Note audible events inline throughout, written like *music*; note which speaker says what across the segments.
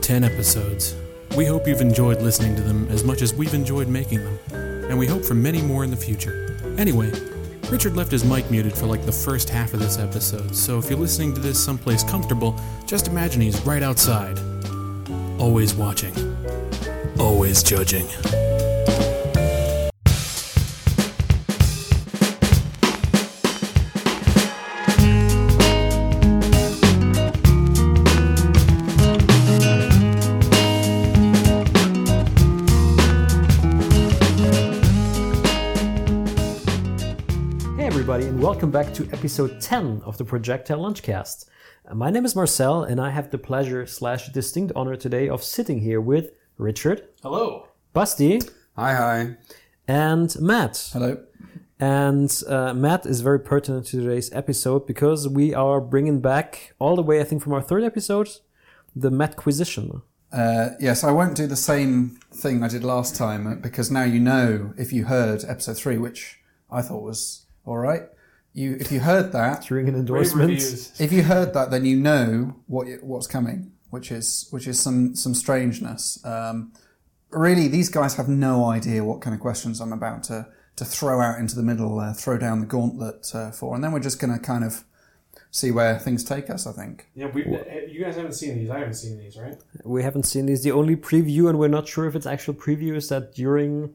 Speaker 1: 10 Ah, episodes. We hope you've enjoyed listening to them as much as we've enjoyed making them, and we hope for many more in the future. Anyway, Richard left his mic muted for like the first half of this episode, so if you're listening to this someplace comfortable, just imagine he's right outside. Always watching, always judging.
Speaker 2: Hey, everybody, and welcome back to episode 10 of the Projectile Lunchcast. Uh, My name is Marcel, and I have the pleasure slash distinct honor today of sitting here with Richard,
Speaker 1: Hello.
Speaker 2: Basti,
Speaker 3: Hi, hi.
Speaker 2: and Matt.
Speaker 3: Hello.
Speaker 2: And uh, Matt is very pertinent to today's episode because we are bringing back, all the way, I think, from our third episode, the Mattquisition.
Speaker 3: Uh, yes, I won't do the same thing I did last time uh, because now you know if you heard episode three, which I thought was all right. You, if you heard that,
Speaker 2: During an endorsement.
Speaker 3: if you heard that, then you know what you- what's coming, which is which is some some strangeness. Um, really, these guys have no idea what kind of questions I'm about to to throw out into the middle, uh, throw down the gauntlet uh, for, and then we're just going to kind of see where things take us. I think.
Speaker 4: Yeah, we. eh, You guys haven't seen these. I haven't seen these, right?
Speaker 2: We haven't seen these. The only preview, and we're not sure if it's actual preview, is that during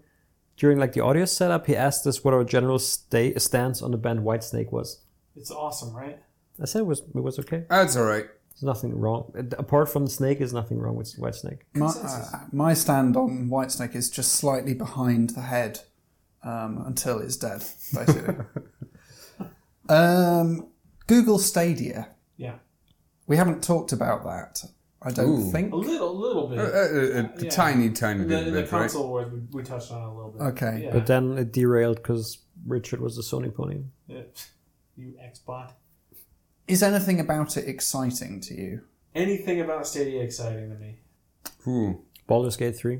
Speaker 2: during like the audio setup, he asked us what our general sta- stance on the band Whitesnake was.
Speaker 4: It's awesome, right?
Speaker 2: I said it was it was okay.
Speaker 3: That's all right.
Speaker 2: There's nothing wrong apart from the snake. Is nothing wrong with Whitesnake.
Speaker 3: My, uh, my stand on Whitesnake is just slightly behind the head um, until it's dead, basically. um, Google Stadia.
Speaker 4: Yeah,
Speaker 3: We haven't talked about that, I don't
Speaker 5: Ooh.
Speaker 3: think.
Speaker 4: a little, little
Speaker 3: Uh,
Speaker 4: bit.
Speaker 5: A, a, a
Speaker 4: Yeah.
Speaker 5: tiny, tiny
Speaker 4: the,
Speaker 5: bit,
Speaker 4: the
Speaker 5: of it, right?
Speaker 4: console wars we, we touched on it a little bit.
Speaker 3: Okay.
Speaker 4: Yeah.
Speaker 2: But then it derailed because Richard was the Sony pony.
Speaker 4: Yeah. *laughs* you Xbot.
Speaker 3: Is anything about it exciting to you?
Speaker 4: Anything about Stadia exciting to me?
Speaker 5: Ooh.
Speaker 2: Baldur's Gate three.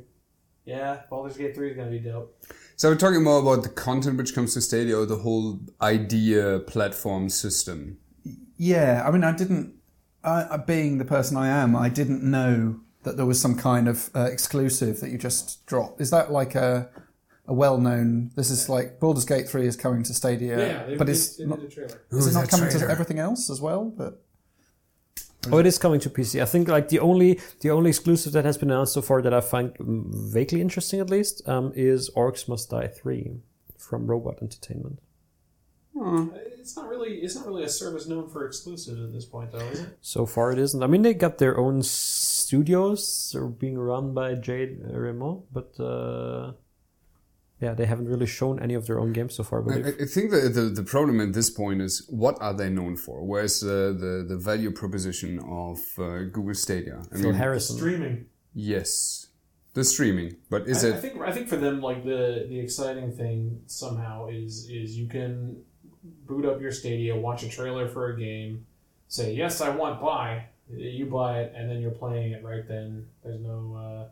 Speaker 4: Yeah, Baldur's Gate Three is gonna be dope.
Speaker 5: So we're talking more about the content which comes to Stadia or the whole idea platform system.
Speaker 3: Yeah, I mean, I didn't. I, I- being the person I am, I didn't know that there was some kind of uh, exclusive that you just drop. Is that like a a well-known? This is like Baldur's Gate Three is coming to Stadia, Uh, but it's not,
Speaker 4: a trailer.
Speaker 5: Who
Speaker 3: is it not
Speaker 5: that
Speaker 3: coming to
Speaker 5: traitor?
Speaker 3: everything else as well? But
Speaker 2: Oh, it is coming to PC. I think like the only the only exclusive that has been announced so far that I find mm, vaguely interesting at least um, is Orcs Must Die three from Robot Entertainment.
Speaker 4: It's not really. It's not really a service known for exclusives at this point, though, is it?
Speaker 2: So far, it isn't. I mean, they got their own studios, they're being run by Jade Raymond, but uh, yeah, they haven't really shown any of their own games so far. I
Speaker 5: I,
Speaker 2: believe.
Speaker 5: I- I think the, the, the problem at this point is what are they known for? Where's the, the, the value proposition of uh, Google Stadia? I
Speaker 2: Phil
Speaker 5: mean,
Speaker 2: Harrison.
Speaker 4: Streaming.
Speaker 5: yes, the streaming, but is
Speaker 4: I,
Speaker 5: it
Speaker 4: I think I think for them like the the exciting thing somehow is is you can boot up your Stadia, watch a trailer for a game, say yes I want buy, you buy it, and then you're playing it right then. There's no, uh,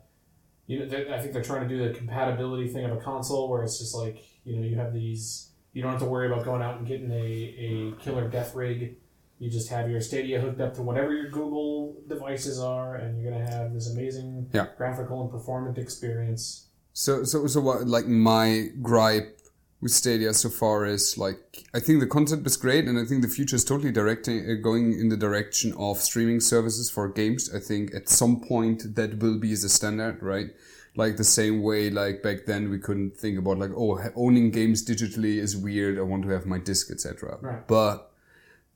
Speaker 4: you know, they- I think they're trying to do the compatibility thing of a console where it's just like you know you have these, you don't have to worry about going out and getting a, a killer death rig. You just have your Stadia hooked up to whatever your Google devices are, and you're gonna have this amazing
Speaker 5: Yeah.
Speaker 4: graphical and performant experience.
Speaker 5: So, so, so what, like my gripe with Stadia so far is like, I think the concept is great and I think the future is totally directing, uh, going in the direction of streaming services for games. I think at some point that will be the standard, right? Like the same way, like back then we couldn't think about like, oh, ha- owning games digitally is weird. I want to have my disc, etc.
Speaker 4: Right.
Speaker 5: But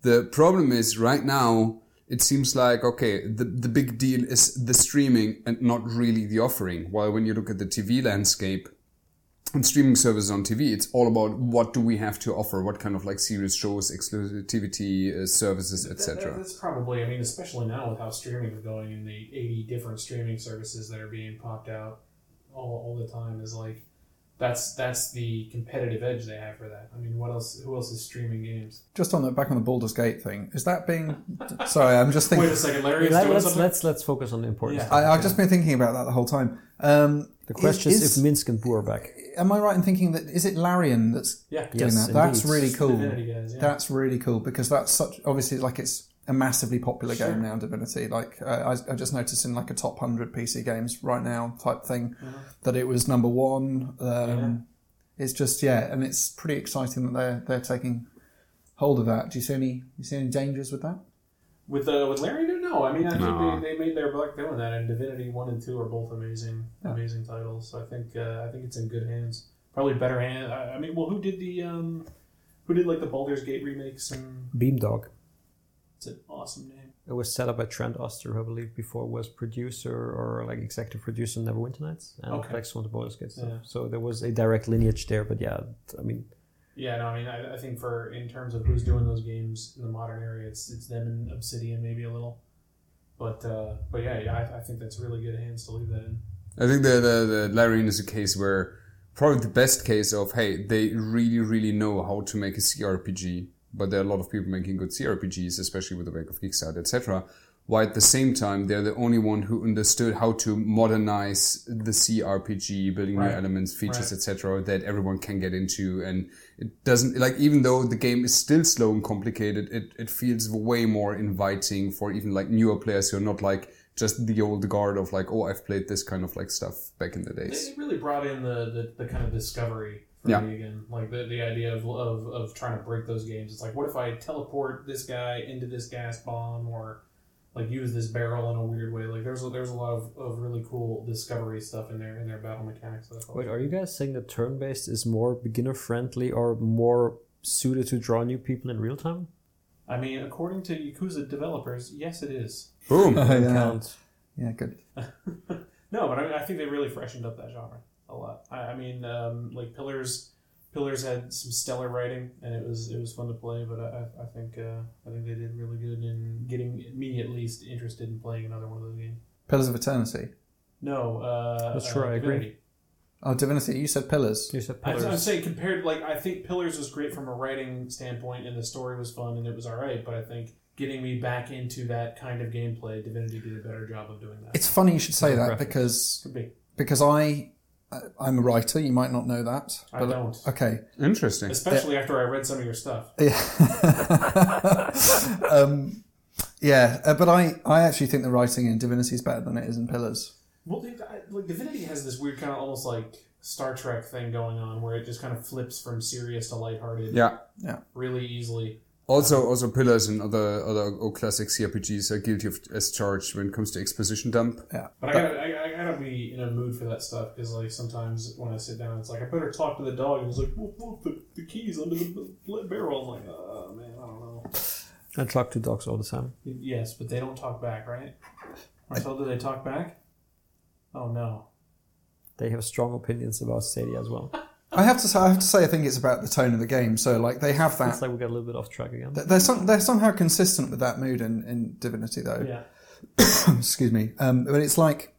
Speaker 5: the problem is right now it seems like okay the, the big deal is the streaming and not really the offering while when you look at the tv landscape and streaming services on tv it's all about what do we have to offer what kind of like serious shows exclusivity uh, services
Speaker 4: That-
Speaker 5: etc
Speaker 4: That's probably, I mean, especially now with how streaming is going and the 80 different streaming services that are being popped out all, all the time is like, that's that's the competitive edge they have for that. I mean, what else? Who else is streaming games?
Speaker 3: just on the back on the Baldur's Gate thing, is that being? sorry, I'm just
Speaker 4: Wait
Speaker 3: thinking.
Speaker 4: a second, Larry is
Speaker 2: Let,
Speaker 4: doing
Speaker 2: us
Speaker 4: something.
Speaker 2: let's let's focus on the important
Speaker 4: Yeah.
Speaker 2: stuff.
Speaker 3: I, I've just been thinking about that the whole time. Um,
Speaker 2: The question is, if Minsk and Boo are back.
Speaker 3: am I right in thinking that is it Larian that's
Speaker 4: yeah,
Speaker 3: doing
Speaker 2: Yes,
Speaker 3: that? That's
Speaker 2: indeed.
Speaker 3: really cool.
Speaker 4: Divinity guys. Yeah.
Speaker 3: That's really cool because that's such obviously like it's a massively popular game now, Divinity. Like uh, I, I just noticed in like a top hundred PC games right now type thing
Speaker 4: Uh-huh.
Speaker 3: that it was number one. Um, It's just yeah, and it's pretty exciting that they're they're taking hold of that. Do you see any you see any dangers with that?
Speaker 4: With uh, with Larry, no. I mean, I think
Speaker 5: No.
Speaker 4: they, they made their buck doing that, and Divinity One and Two are both amazing, amazing titles. So I think uh, I think it's in good hands. Probably better hand. I, I mean, well, who did the um, who did like the Baldur's Gate remakes? And
Speaker 2: Beamdog.
Speaker 4: it's an awesome name.
Speaker 2: It was set up by Trent Oster, who I believe before was producer or like executive producer on Neverwinter Nights and
Speaker 4: Okay.
Speaker 2: like some of the Baldur's Gate stuff.
Speaker 4: Yeah.
Speaker 2: So there was a direct lineage there, but yeah, t- I mean,
Speaker 4: Yeah, no, I mean, I, I think for in terms of who's doing those games in the modern area, it's it's them and Obsidian maybe a little, but uh, but yeah, yeah, I, I think that's really good hands to leave that in.
Speaker 5: I think the, the, the Larian is a case where probably the best case of hey, they really, really know how to make a CRPG, but there are a lot of people making good CRPGs, especially with the wake of Kickstarter, etc. While at the same time, they're the only one who understood how to modernize the CRPG, building new elements, features, etc., that everyone can get into. And it doesn't like even though the game is still slow and complicated, it, it feels way more inviting for even like newer players who are not like just the old guard of like, oh, I've played this kind of like stuff back in the
Speaker 4: They
Speaker 5: days.
Speaker 4: they really brought in the, the, the kind of discovery for
Speaker 5: Yeah.
Speaker 4: me again, like the, the idea of, of of trying to break those games. It's like, what if I teleport this guy into this gas bomb, or like use this barrel in a weird way? Like there's a, there's a lot of, of really cool discovery stuff in their in their battle mechanics. That I thought
Speaker 2: wait, are you guys saying that turn based is more beginner friendly or more suited to draw new people in real time?
Speaker 4: I mean, according to Yakuza developers, yes, it is.
Speaker 5: Boom.
Speaker 3: *laughs* yeah.
Speaker 2: Count.
Speaker 3: yeah, good.
Speaker 4: No, but I, I think they really freshened up that genre a lot. I, I mean, um, like Pillars, Pillars had some stellar writing, and it was it was fun to play. But I, I- I think uh, I think they did really good in getting me at least interested in playing another one of those games.
Speaker 3: Pillars of Eternity.
Speaker 4: No, uh,
Speaker 2: That's
Speaker 4: uh,
Speaker 2: true, I agree.
Speaker 4: Divinity.
Speaker 3: Oh, Divinity. You said Pillars.
Speaker 2: You said
Speaker 4: I, I'm
Speaker 2: pillars.
Speaker 4: saying compared, like I think Pillars was great from a writing standpoint, and the story was fun, and it was all right. But I think getting me back into that kind of gameplay, Divinity did a better job of doing that.
Speaker 3: It's funny you should say that
Speaker 2: graphics.
Speaker 3: because
Speaker 4: Could be.
Speaker 3: because I I- I'm a writer. You might not know that.
Speaker 4: I don't.
Speaker 3: Okay.
Speaker 5: Interesting.
Speaker 4: Especially after I read some of your stuff.
Speaker 3: Yeah. um, yeah, uh, but I, I actually think the writing in Divinity is better than it is in Pillars.
Speaker 4: Well, they- I- like Divinity has this weird kind of almost like Star Trek thing going on, where it just kind of flips from serious to lighthearted
Speaker 5: Yeah.
Speaker 4: really easily.
Speaker 5: Also, also pillars and other other old classic CRPGs are guilty of as charged when it comes to exposition dump.
Speaker 4: But I gotta, I, I gotta be in a mood for that stuff because like sometimes when I sit down, it's like I better talk to the dog, and it's like, whoop, whoop, the, the keys under the b- barrel. I'm like, oh man, I don't know.
Speaker 2: I talk to dogs all the time.
Speaker 4: Yes, but they don't talk back, right? Marcel, do they talk back? Oh no.
Speaker 2: They have strong opinions about Stadia as *laughs* well.
Speaker 3: I have to say, I have to say, I think it's about the tone of the game. So like they have that.
Speaker 2: It's like we got a little bit off track again.
Speaker 3: th- They're some, they're somehow consistent with that mood in, in Divinity though.
Speaker 4: Yeah.
Speaker 3: Excuse me. Um, but it's like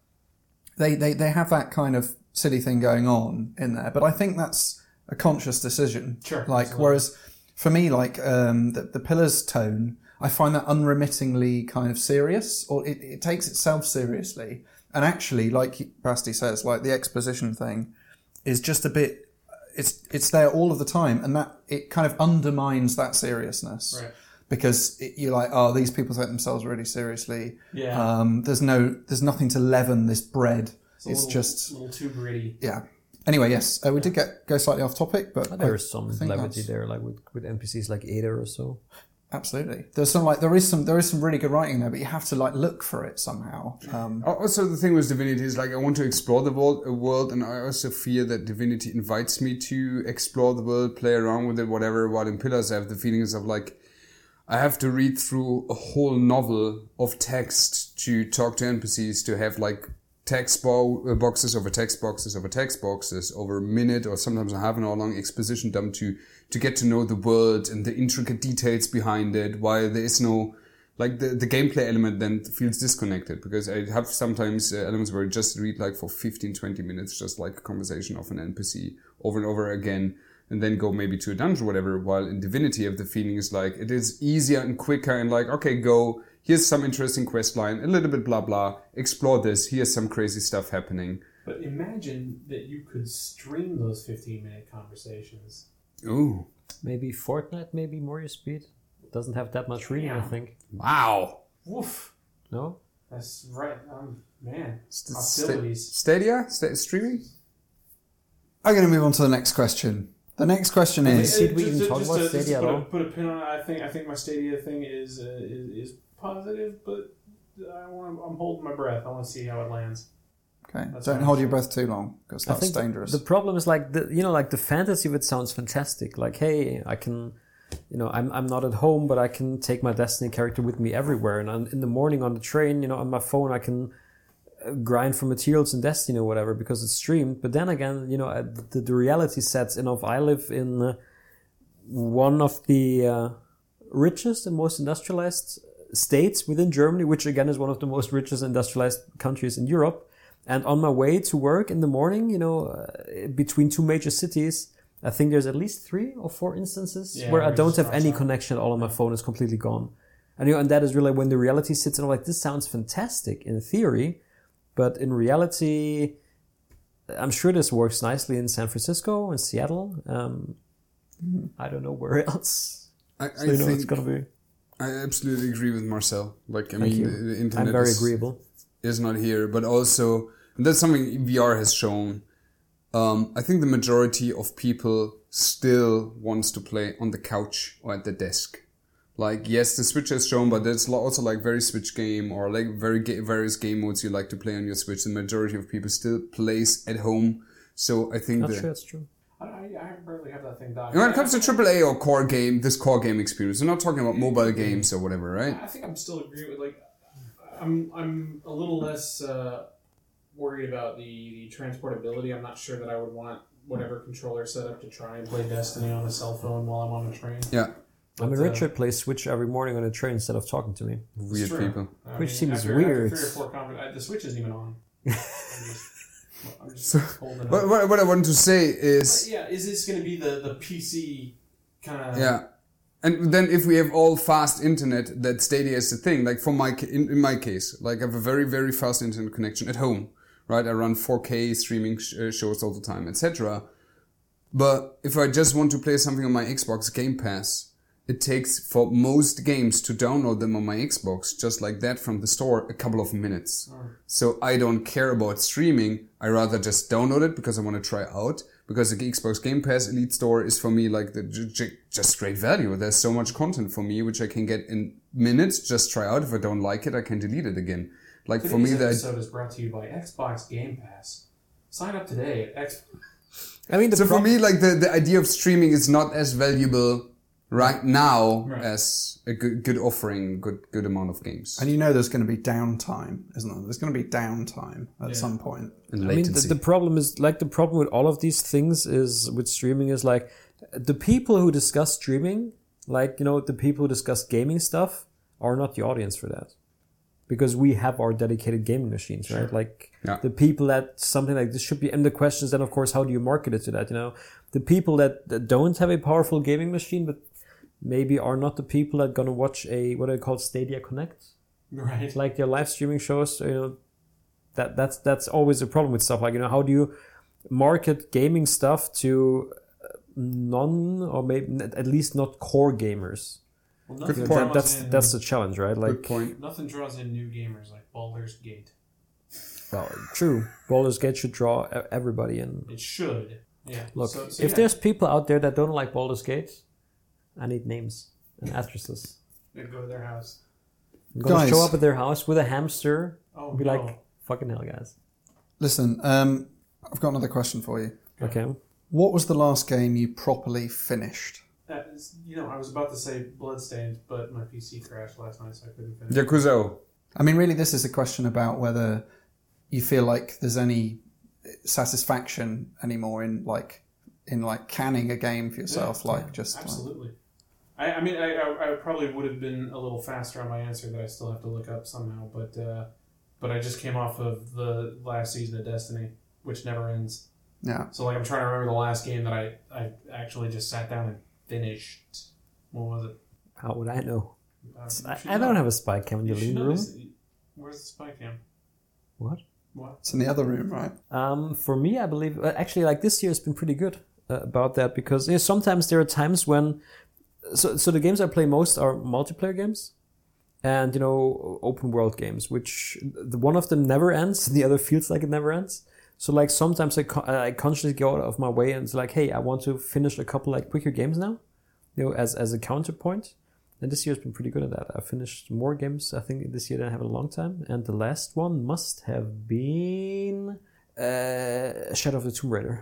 Speaker 3: they, they they have that kind of silly thing going on in there. But I think that's a conscious decision.
Speaker 4: Sure,
Speaker 3: Like
Speaker 4: absolutely.
Speaker 3: whereas for me, like um, the, the pillars tone, I find that unremittingly kind of serious, or it, it takes itself seriously. And actually, like Basti says, like the exposition thing is just a bit. It's it's there all of the time, and that it kind of undermines that seriousness
Speaker 4: Right.
Speaker 3: because it, you're like, oh, these people take themselves really seriously.
Speaker 4: Yeah.
Speaker 3: Um, there's no, there's nothing to leaven this bread. It's,
Speaker 4: a little-
Speaker 3: just,
Speaker 4: a little too gritty.
Speaker 3: yeah. Anyway, yes, uh, we did get go slightly off topic, but
Speaker 2: There
Speaker 3: I
Speaker 2: is some
Speaker 3: think
Speaker 2: levity
Speaker 3: that's-
Speaker 2: there, like with, with NPCs like Ada or so.
Speaker 3: Absolutely, there's some like there is some there is some really good writing there, but you have to like look for it somehow. Um,
Speaker 5: Al- Also, the thing with Divinity is like I want to explore the world, uh, world, and I also fear that Divinity invites me to explore the world, play around with it, whatever. While in Pillars, I have the feelings of like I have to read through a whole novel of text to talk to NPCs to have like text bo- uh, boxes over text boxes over text boxes over a minute or sometimes a half an hour long exposition dump to to get to know the world and the intricate details behind it. While there is no like the, the gameplay element then feels disconnected because I have sometimes uh, elements where I just read like for 15, 20 minutes, just like a conversation of an NPC over and over again, and then go maybe to a dungeon or whatever. While in Divinity, of the feeling is like it is easier and quicker and like, okay, go, here's some interesting quest line, a little bit blah blah, explore this, here's some crazy stuff happening.
Speaker 4: But imagine that you could stream those 15 minute conversations.
Speaker 5: Ooh.
Speaker 2: Maybe Fortnite, maybe more your speed. It doesn't have that much reading, I
Speaker 4: Yeah.
Speaker 2: think.
Speaker 5: Wow.
Speaker 4: Woof.
Speaker 2: No?
Speaker 4: That's right. Um, man.
Speaker 5: St-
Speaker 4: Hostilities.
Speaker 5: Stadia? Sta- streaming?
Speaker 3: I'm going to move on to the next question. The next question
Speaker 2: Is-
Speaker 3: is
Speaker 2: Did we even
Speaker 4: to-
Speaker 2: talk about
Speaker 4: to- just
Speaker 2: Stadia
Speaker 4: to
Speaker 2: at
Speaker 4: put, a,
Speaker 2: all?
Speaker 4: put a pin on it. I think I think my Stadia thing is uh, is, is positive, but I want I'm holding my breath. I want to see how it lands.
Speaker 3: okay.
Speaker 4: That's
Speaker 3: Don't
Speaker 4: fine.
Speaker 3: hold your breath too long because
Speaker 2: I
Speaker 3: that's
Speaker 2: think
Speaker 3: dangerous.
Speaker 2: The problem is like the you know like the fantasy of it sounds fantastic. Like hey, I can you know I'm I'm not at home, but I can take my Destiny character with me everywhere, and I'm, in the morning on the train, you know, on my phone, I can uh, grind for materials in Destiny or whatever because it's streamed. But then again, you know, uh, the, the reality sets in of I live in uh, one of the uh, richest and most industrialized states within Germany, which again is one of the most richest industrialized countries in Europe. And on my way to work in the morning, you know, uh, between two major cities, I think there's at least three or four instances
Speaker 4: Yeah,
Speaker 2: where I
Speaker 4: where
Speaker 2: don't
Speaker 4: it's
Speaker 2: have any
Speaker 4: outside.
Speaker 2: connection at all, and my phone is completely gone. And you know, and that is really when the reality sits in. I'm like, this sounds fantastic in theory, but in reality, I'm sure this works nicely in San Francisco and Seattle. Um, I don't know where *laughs* else.
Speaker 5: I, I
Speaker 2: So, you know,
Speaker 5: think
Speaker 2: it's gonna be.
Speaker 5: I absolutely agree with Marcel. Like, I
Speaker 2: Thank
Speaker 5: mean,
Speaker 2: you.
Speaker 5: the, the internet
Speaker 2: I'm very
Speaker 5: is,
Speaker 2: agreeable.
Speaker 5: is not here, but also and that's something VR has shown. Um, I think the majority of people still wants to play on the couch or at the desk. Like yes, the Switch has shown, but there's lo- also like very Switch game or like very ga- various game modes you like to play on your Switch. The majority of people still plays at home. So I think
Speaker 2: Not
Speaker 5: the,
Speaker 2: sure that's true.
Speaker 4: I, I I barely have that thing down.
Speaker 5: when it comes to AAA or core game, this core game experience, we're not talking about mobile games or whatever, right?
Speaker 4: I think I'm still agreeing with like I'm I'm a little less uh, worried about the, the transportability. I'm not sure that I would want whatever controller setup to try and play Destiny on a cell phone while I'm on a train.
Speaker 5: Yeah,
Speaker 2: I mean,
Speaker 4: But, uh,
Speaker 2: Richard plays Switch every morning on a train instead of talking to me.
Speaker 4: it's
Speaker 5: weird
Speaker 4: true.
Speaker 5: people.
Speaker 4: I
Speaker 2: Which seems
Speaker 4: after,
Speaker 2: weird.
Speaker 4: After three or four conver- I, the switch isn't even on.
Speaker 2: *laughs*
Speaker 4: I'm just, I'm just holding it
Speaker 5: But
Speaker 4: up.
Speaker 5: what, what I wanted to say
Speaker 4: But
Speaker 5: is,
Speaker 4: yeah, is this going to be the the PC kind of?
Speaker 5: yeah, and then if we have all fast internet, that Stadia is the thing. Like for my ca- in, in my case, like I have a very very fast internet connection at home, right? I run 4K streaming sh- uh, shows all the time, etc. But if I just want to play something on my Xbox Game Pass, it takes for most games to download them on my Xbox just like that from the store a couple of minutes. So I don't care about streaming. I rather just download it because I want to try out. Because the Xbox Game Pass Elite Store is for me like the j- j- just great value. There's so much content for me which I can get in minutes. Just try out. If I don't like it, I can delete it again. Like for me,
Speaker 4: Today's
Speaker 5: that
Speaker 4: episode is brought to you by Xbox Game Pass. Sign up today at Xbox.
Speaker 2: I mean, the
Speaker 5: so for
Speaker 2: prob-
Speaker 5: me like the, the idea of streaming is not as valuable right now
Speaker 4: Right.
Speaker 5: as a good, good offering good good amount of games
Speaker 3: and you know there's going to be downtime, isn't there? There's going to be downtime at
Speaker 4: Yeah.
Speaker 3: some point.
Speaker 5: and
Speaker 2: I mean, the, the problem is like the problem with all of these things is with streaming is like the people who discuss streaming, like you know, the people who discuss gaming stuff are not the audience for that, because we have our dedicated gaming machines, right? Like
Speaker 5: Yeah.
Speaker 2: the people that something like this should be, and the question is then, of course, how do you market it to that? You know, the people that, that don't have a powerful gaming machine, but maybe are not the people that gonna watch a what are they called Stadia Connect
Speaker 4: *laughs* Right.
Speaker 2: like their live streaming shows you know that that's that's always a problem with stuff like you know how do you market gaming stuff to uh, non or maybe at least not core gamers
Speaker 4: Well,
Speaker 5: Good
Speaker 4: nothing
Speaker 5: point.
Speaker 2: that,
Speaker 4: draws
Speaker 2: that's
Speaker 4: in-
Speaker 2: that's the challenge right
Speaker 5: good
Speaker 2: like
Speaker 5: point
Speaker 4: Nothing draws in new gamers like Baldur's Gate.
Speaker 2: well, true Baldur's Gate should draw e- everybody in
Speaker 4: It should. Yeah.
Speaker 2: look
Speaker 4: so, so
Speaker 2: if
Speaker 4: yeah.
Speaker 2: there's people out there that don't like Baldur's Gate I need names and asterisks
Speaker 4: They go to their house.
Speaker 2: I'm gonna
Speaker 3: Guys.
Speaker 2: show up at their house with a hamster
Speaker 4: Oh,
Speaker 2: and be
Speaker 4: no.
Speaker 2: like fucking hell guys
Speaker 3: Listen, um, I've got another question for you.
Speaker 2: okay
Speaker 3: What was the last game you properly finished?
Speaker 4: That is, you know, I was about to say Bloodstained, but my PC crashed last night, so I couldn't finish.
Speaker 5: Yakuza
Speaker 3: I mean, really, this is a question about whether you feel like there's any satisfaction anymore in like in like canning a game for yourself, like just like-
Speaker 4: Absolutely. I, I mean, I, I, I probably would have been a little faster on my answer that I still have to look up somehow, but uh, but I just came off of the last season of Destiny, which never ends.
Speaker 3: yeah.
Speaker 4: So like, I'm trying to remember the last game that I, I actually just sat down and finished. What was it?
Speaker 2: how would I know
Speaker 4: Uh, you should
Speaker 2: I, I
Speaker 4: know.
Speaker 2: don't have a spy cam in the
Speaker 4: You should
Speaker 2: living
Speaker 4: know
Speaker 2: room
Speaker 4: this. Where's the spy cam?
Speaker 2: what
Speaker 4: What?
Speaker 3: It's in the other room, right?
Speaker 2: Um, for me, I believe uh, actually like this year has been pretty good uh, about that because you know, sometimes there are times when uh, so so the games I play most are multiplayer games, and you know open world games, which the one of them never ends, *laughs* the other feels like it never ends. So like sometimes I, con- I consciously go out of my way and it's like, hey, I want to finish a couple like quicker games now, you know, as as a counterpoint. And this year has been pretty good at that. I finished more games I think this year than I have in a long time, and the last one must have been uh, Shadow of the Tomb Raider.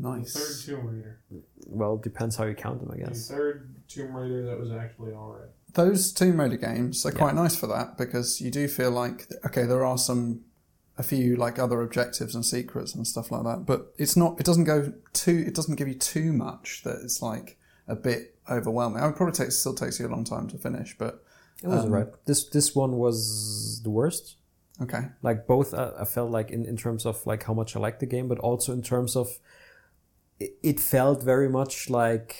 Speaker 4: Third
Speaker 3: Nice.
Speaker 4: Tomb Raider.
Speaker 2: Well, depends how you count them, I
Speaker 4: The
Speaker 2: guess.
Speaker 4: third Tomb Raider that was actually alright.
Speaker 3: Those Tomb Raider games are quite nice for that because you do feel like okay, there are some a few like other objectives and secrets and stuff like that, but it's not. It doesn't go too. It doesn't give you too much that it's like a bit overwhelming. I would probably take still takes you a long time to finish, but
Speaker 2: Mm. It was
Speaker 3: Um,
Speaker 2: right. This this one was the worst.
Speaker 3: okay.
Speaker 2: Like both, uh, I felt like in, in terms of like how much I liked the game, but also in terms of it, it felt very much like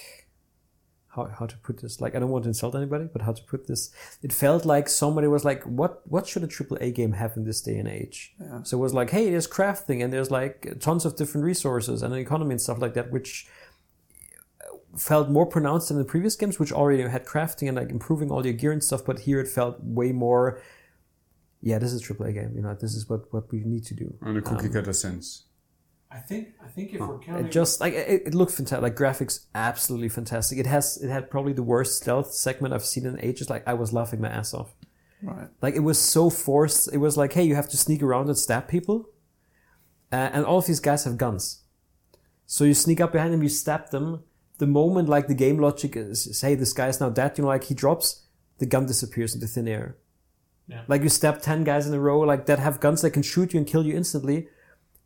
Speaker 2: how how to put this. Like I don't want to insult anybody, but how to put this? It felt like somebody was like, what what should a AAA game have in this day and age?
Speaker 3: Yeah.
Speaker 2: So it was like, hey, there's crafting and there's like tons of different resources and an economy and stuff like that, which uh, felt more pronounced than the previous games, which already had crafting and like improving all your gear and stuff. But here it felt way more. Yeah, this is a AAA game. You know, this is what what we need to do.
Speaker 5: in a cookie cutter sense.
Speaker 4: I think I think if we're counting
Speaker 2: It just like it, it looked fantastic. Like graphics, absolutely fantastic. It has it had probably the worst stealth segment I've seen in ages. Like I was laughing my ass off.
Speaker 3: Right.
Speaker 2: Like it was so forced. It was like, hey, you have to sneak around and stab people, uh, and all of these guys have guns. So you sneak up behind them, you stab them. The moment like the game logic is, is, hey, this guy is now dead. You know, like he drops, the gun disappears into thin air.
Speaker 4: Yeah.
Speaker 2: Like you stab ten guys in a row, like that have guns that can shoot you and kill you instantly.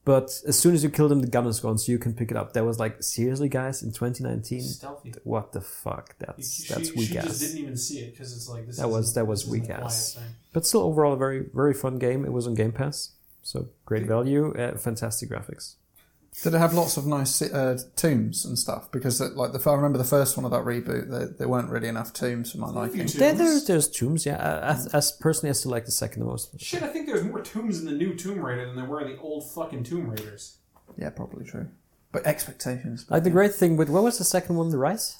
Speaker 2: But as soon as you kill them, the gun is gone, so you can pick it up. That was like seriously, guys, in 2019,
Speaker 4: stealthy.
Speaker 2: what the fuck?
Speaker 4: You-
Speaker 2: That's
Speaker 4: she,
Speaker 2: that's weak
Speaker 4: she
Speaker 2: ass.
Speaker 4: just didn't even see it because it's like this.
Speaker 2: That
Speaker 4: isn't-
Speaker 2: was- that was
Speaker 4: this isn't
Speaker 2: weak
Speaker 4: a quiet
Speaker 2: ass.
Speaker 4: thing.
Speaker 2: but still overall a very very fun game it was on game pass so great value uh, fantastic graphics
Speaker 3: Did it have lots of nice uh, tombs and stuff? Because uh like the, if I remember the first one of that reboot, there, there weren't really enough tombs for my liking.
Speaker 4: Tombs.
Speaker 2: there, there, there's tombs yeah I, I, I personally I still like the second the most
Speaker 4: Shit, I think there's more tombs in the new Tomb Raider than there were in the old fucking Tomb Raiders.
Speaker 3: Yeah, probably true. But expectations.
Speaker 2: like the great thing with what was the second one the rise